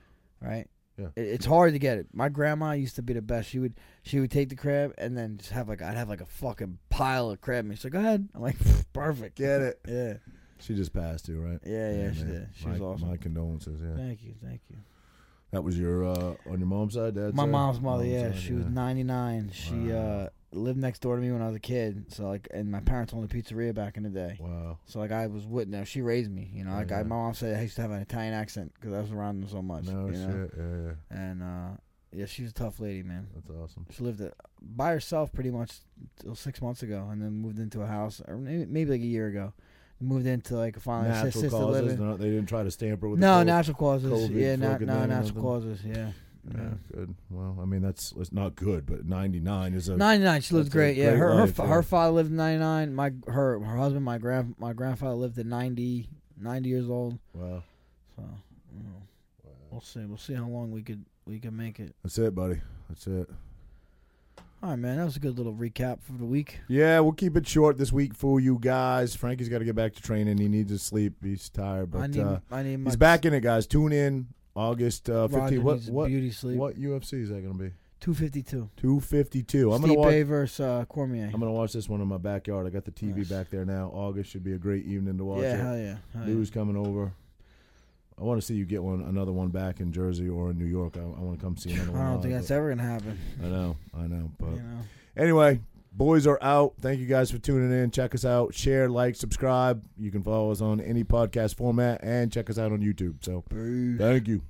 Speaker 2: right?
Speaker 1: Yeah.
Speaker 2: It, it's hard to get it. My grandma used to be the best. She would she would take the crab and then just have like I'd have like a fucking pile of crab meat. She's like, go ahead. I'm like, perfect.
Speaker 1: Get it.
Speaker 2: Yeah.
Speaker 1: She just passed too, right?
Speaker 2: Yeah, yeah, she
Speaker 1: man.
Speaker 2: did. She
Speaker 1: my,
Speaker 2: was awesome.
Speaker 1: My condolences. Yeah,
Speaker 2: Thank you, thank you.
Speaker 1: that was your uh, on your mom's side, dad's
Speaker 2: My
Speaker 1: side?
Speaker 2: mom's mother, yeah,
Speaker 1: side,
Speaker 2: she was 99. She uh, lived next door to me when I was a kid. So like, and my parents owned a pizzeria back in the day.
Speaker 1: Wow.
Speaker 2: So like, I was with now. She raised me, you know.
Speaker 1: Oh,
Speaker 2: Like, I, my mom said I used to have an Italian accent because I was around them so much.
Speaker 1: No
Speaker 2: you
Speaker 1: shit.
Speaker 2: know?
Speaker 1: Yeah, yeah.
Speaker 2: And uh, yeah, she was a tough lady, man.
Speaker 1: That's awesome.
Speaker 2: She lived it by herself pretty much till six months ago, and then moved into a house, or maybe, maybe like a year ago. Moved into like a finally assi-
Speaker 1: Natural
Speaker 2: assisted
Speaker 1: causes.
Speaker 2: living.
Speaker 1: Not, they didn't try to stamper with.
Speaker 2: No,
Speaker 1: the cold?
Speaker 2: natural causes.
Speaker 1: COVID
Speaker 2: yeah, not,
Speaker 1: fucking
Speaker 2: no,
Speaker 1: thing or
Speaker 2: natural
Speaker 1: nothing?
Speaker 2: causes. Yeah.
Speaker 1: Yeah, good. Well, I mean that's it's not good, but 99 is a.
Speaker 2: Ninety nine. She lived
Speaker 1: That's a
Speaker 2: great. Yeah,
Speaker 1: great
Speaker 2: her her,
Speaker 1: life,
Speaker 2: fa-
Speaker 1: yeah.
Speaker 2: her father lived in ninety nine. My her her husband, my grand my grandfather lived to 90, 90 years old.
Speaker 1: Wow.
Speaker 2: So you know, we'll see. We'll see how long we could we could make it.
Speaker 1: That's it, buddy. That's it.
Speaker 2: All right, man. That was a good little recap for the week.
Speaker 1: Yeah, we'll keep it short this week for you guys. Frankie's got to get back to training. He needs to sleep. He's tired, but
Speaker 2: I need
Speaker 1: uh,
Speaker 2: I need my
Speaker 1: he's back in it, guys. Tune in August uh,
Speaker 2: Roger
Speaker 1: 15. What
Speaker 2: needs a
Speaker 1: what
Speaker 2: beauty sleep.
Speaker 1: what UFC is that going to be?
Speaker 2: Two fifty two.
Speaker 1: Two fifty two. I'm gonna watch.
Speaker 2: Stipe versus uh, Cormier.
Speaker 1: I'm gonna watch this one in my backyard. I got the TV
Speaker 2: Nice.
Speaker 1: back there now. August should be a great evening to watch.
Speaker 2: yeah,
Speaker 1: it.
Speaker 2: hell yeah. hell yeah.
Speaker 1: Lou's coming over. I want to see you get one another one back in Jersey or in New York. I, want to come see another one.
Speaker 2: I don't think
Speaker 1: live,
Speaker 2: that's ever gonna happen.
Speaker 1: but- I know, I know. But
Speaker 2: You know.
Speaker 1: anyway, boys are out. Thank you guys for tuning in. Check us out. Share, like, subscribe. You can follow us on any podcast format and check us out on YouTube. So, thank you.